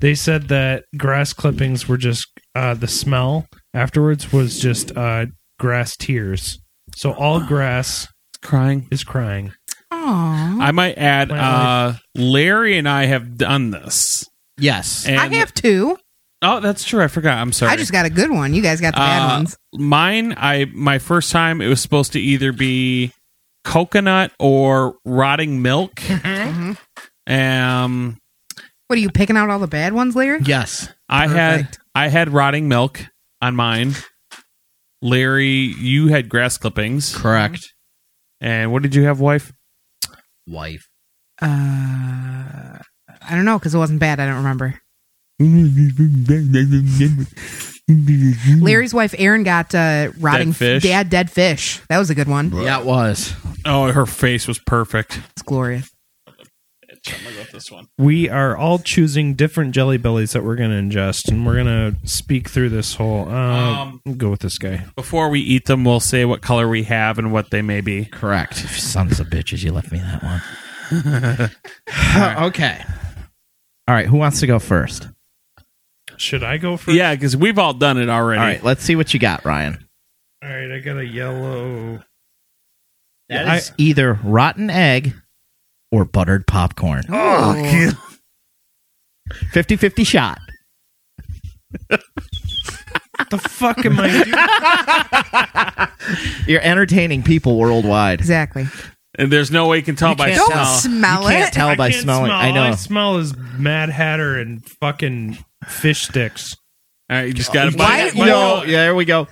S3: they said that grass clippings were just uh, the smell afterwards was just uh, grass tears. So all grass
S8: Crying.
S3: is crying.
S5: Aw.
S8: I might add,
S3: Well,
S8: uh, Larry and I have done this.
S4: Yes.
S8: And
S5: I have two.
S8: Oh, that's true. I forgot. I'm sorry.
S5: I just got a good one. You guys got the bad
S8: Uh,
S5: ones.
S8: Mine, I my first time, it was supposed to either be coconut or rotting milk.
S5: Mm-hmm.
S8: Um,
S5: What are you picking out all the bad ones, Larry?
S4: Yes.
S8: I had
S5: Perfect.
S8: I had rotting milk on mine. Larry, you had grass clippings,
S4: Correct.
S8: and what did you have, wife?
S4: Wife.
S5: Uh, I don't know because it wasn't bad. I don't remember.
S4: Mm.
S5: Larry's wife Erin got uh, rotting
S8: fish?
S5: Dad, dead fish. That was a good one.
S8: Yeah, it
S4: was.
S8: Oh, her face was perfect.
S5: It's glorious.
S8: I'm gonna go with this one.
S3: We are all choosing different jelly bellies that we're going to ingest, and we're going to speak through this whole. Uh, go with this guy.
S8: Before we eat them, we'll say what color we have and what they may be.
S4: Correct. Sons of bitches, you left me that one. Okay. All right, who wants to go first?
S3: Should I go first?
S8: Yeah, because we've all done it already.
S4: All right, let's see what you got, Ryan.
S3: All right, I got a yellow.
S4: That is
S3: I-
S4: either rotten egg or buttered popcorn.
S3: Oh,
S4: Oh, 50 50 shot.
S3: the fuck am I doing?
S4: You're entertaining people worldwide.
S5: Exactly.
S8: And there's no way you can tell by
S4: can't
S8: smell.
S4: tell. Smell You can't it? tell by
S3: can't
S4: smelling.
S3: smell.
S4: I know.
S3: All I smell is Mad Hatter and fucking fish sticks.
S8: All right, you just gotta
S4: Why- bite it. no. Yeah, there we go.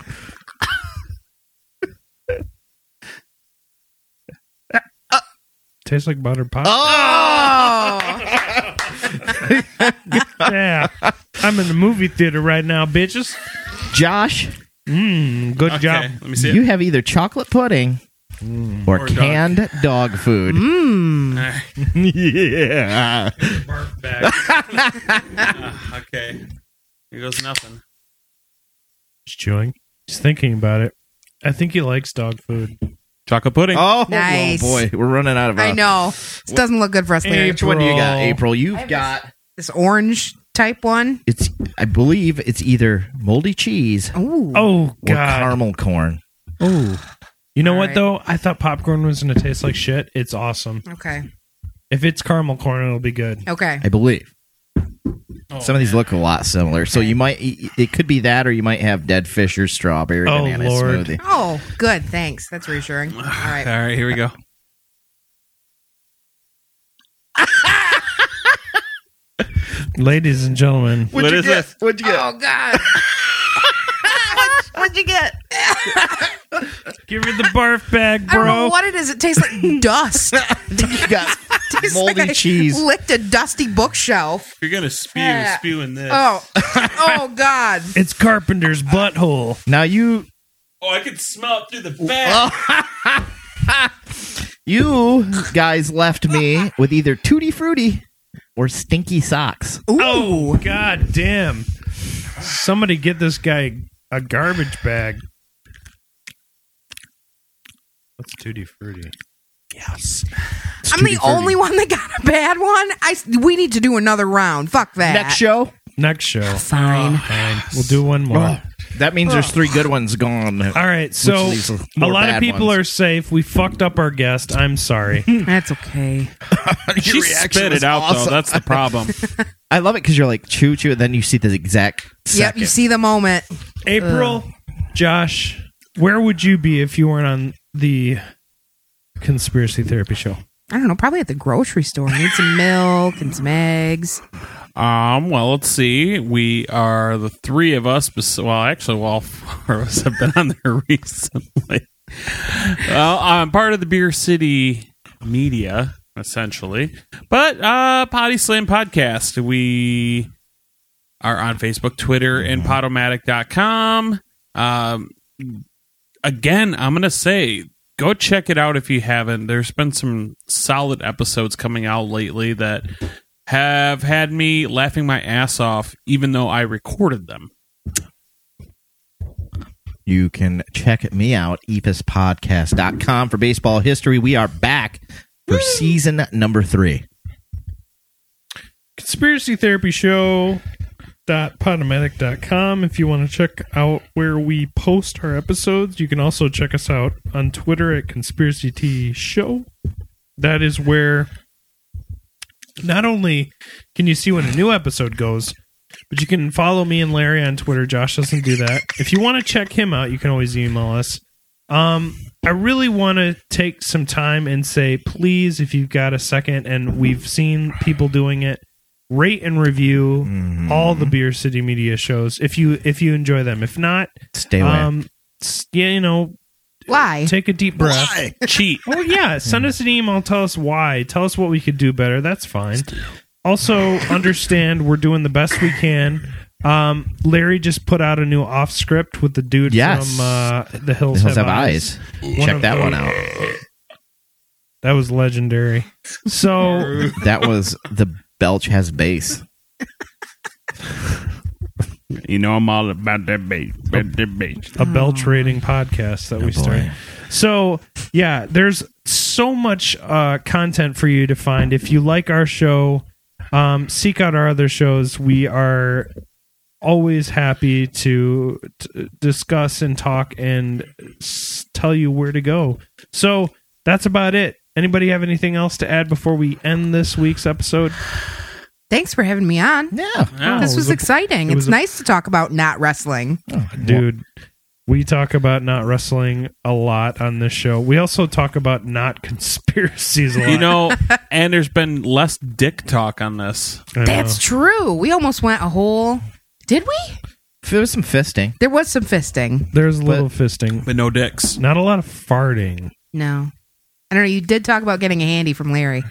S3: Tastes like buttered pop.
S5: Oh.
S3: yeah, I'm in the movie theater right now, bitches.
S4: Josh.
S3: Mmm, good job.
S8: Let
S4: you have either chocolate pudding Mm. or,
S3: Or dog.
S4: canned dog, food.
S5: Hmm? Mm.
S3: Mmm.
S4: yeah.
S8: Barf bag. Ah, okay. Here goes nothing.
S3: He's chewing. He's thinking about it. I think he likes dog food.
S8: Chocolate pudding.
S4: Oh,
S5: Nice.
S4: boy, we're running out of.
S5: I
S4: uh,
S5: know. This doesn't look good for us, Larry.
S4: Which one do you got, April? You've got
S5: This orange type one.
S4: it's. I believe it's either moldy cheese.
S3: Oh
S4: or
S3: God.
S4: caramel corn.
S3: Oh. You know what
S5: right.
S3: though? I thought popcorn was gonna taste like shit. It's awesome.
S5: Okay.
S3: If it's caramel corn, it'll be good.
S5: Okay.
S4: I believe. Some of these look a lot similar, so you might. It could be that, or you might have dead fish or strawberry
S3: Oh,
S4: banana
S3: Lord.
S4: smoothie.
S5: Oh, good. Thanks. That's reassuring. All
S8: All
S5: right.
S8: right, here we go.
S3: Ladies and gentlemen.
S8: What'd What you is get? this?
S4: What'd you get?
S5: Oh God. what, what'd you get?
S3: Give me the barf bag,
S5: I don't know
S3: bro.
S5: what it is. It tastes like dust.
S4: you got
S5: tastes
S4: moldy
S5: I
S4: cheese.
S5: Licked a dusty bookshelf.
S8: You're gonna spew,
S5: Yeah.
S8: spew in this.
S5: Oh, oh God!
S3: It's Carpenter's butthole.
S4: Now you
S8: Oh, I can smell it through the bag.
S4: you guys left me with either tutti frutti or stinky socks.
S5: Ooh.
S3: Oh god damn. Somebody get this guy a garbage bag. What's tutti frutti?
S8: Yes.
S5: I'm the only one that got a bad one. I s- we need to do another round. Fuck that.
S4: Next show.
S3: Next Uh, show.
S5: Fine.
S3: Fine. We'll do one more.
S4: Oh, that means there's three good ones gone.
S3: All right, so
S4: leaves
S3: a
S4: more
S3: lot of
S4: bad
S3: people
S4: ones.
S3: are safe. We fucked up our guest. I'm sorry.
S5: That's okay.
S8: She spit it out though. That's the problem.
S4: I love it because you're like choo choo, and then you see the exact.
S5: Yep.
S4: Second.
S5: You see the moment.
S3: April, Josh, where would you be if you weren't on the conspiracy therapy show?
S5: I don't know. Probably at the grocery store. Need some milk and some eggs.
S8: Um. Well, let's see. We are the three of us. bes- Well, actually, all four of us have been on there recently. well, I'm part of the Beer City Media, essentially, but uh, Potty Slam Podcast. We are on Facebook, Twitter, and Podomatic.com. Um, again, I'm gonna say go check it out if you haven't. There's been some solid episodes coming out lately that have had me laughing my ass off, even though I recorded them.
S4: You can check me out, epispodcast.com for baseball history. We are back for season number three.
S3: Conspiracy therapy show dot podomatic.com if you want to check out where we post our episodes you can also check us out on twitter at conspiracy t show that is where not only can you see when a new episode goes, but you can follow me and Larry on Twitter. Josh doesn't do that. If you want to check him out, you can always email us. Um, I really want to take some time and say, please, if you've got a second, and we've seen people doing it, rate and review
S4: Mm-hmm.
S3: all the Beer City Media shows if you if you enjoy them. If not,
S4: Stay away.
S3: um, s- yeah, you know,
S5: Why?
S3: Take a deep breath. Cheat. Oh yeah. Send us an email. Tell us why. Tell us what we could do better. That's fine. Also, understand we're doing the best we can. Um, Larry just put out a new off script with the dude
S4: Yes.
S3: from uh, The Hills,
S4: The Hills
S3: Have,
S4: Have
S3: Eyes.
S4: Eyes. Check
S3: of
S4: that
S3: the-
S4: one out.
S3: That was legendary. So
S4: that was the belch has bass.
S13: You know, I'm all about that bass. About that bass.
S3: a belch rating podcast that we started. So yeah, there's so much uh, content for you to find. If you like our show, um, seek out our other shows. We are always happy to, t discuss and talk and s- tell you where to go. So that's about it. Anybody have anything else to add before we end this week's episode?
S5: Thanks for having me on. Yeah.
S3: Yeah.
S5: This
S3: It
S5: was
S3: was a-
S5: exciting.
S3: it
S5: It's
S3: was a-
S5: nice to talk about not wrestling.
S3: dude we talk about not wrestling a lot on this show we also talk about not conspiracies a lot
S13: You know, and there's been less dick talk on this.
S5: That's true. We almost went a whole. Did we?
S4: There was some fisting.
S5: There was some fisting.
S3: there's a little fisting
S13: but no dicks
S3: not a lot of farting
S5: No. I don't know. You did talk about getting a handy from Larry.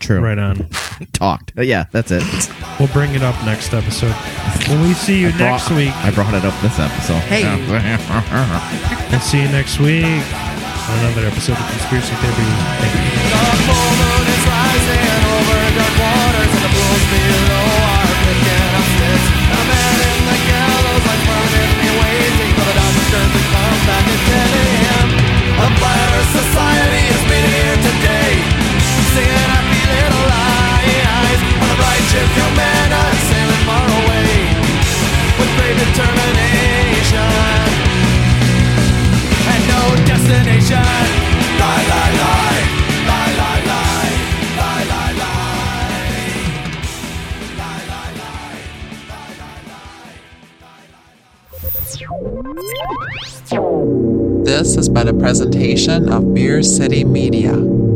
S4: True.
S3: Right on.
S4: Talked. Uh, yeah, that's it.
S3: we'll bring it up next episode when we see you
S4: I brought-
S3: next week
S4: I brought it up this episode.
S3: Hey. we'll see you next week on another episode of conspiracy theory Thank you.
S8: Empire society has been here today. Seeing our feeling lies on a righteous humanity sailing far away with great determination and no destination. Lie, lie, lie, lie, lie, lie, lie, lie, lie.
S14: This has been a presentation of Beer City Media.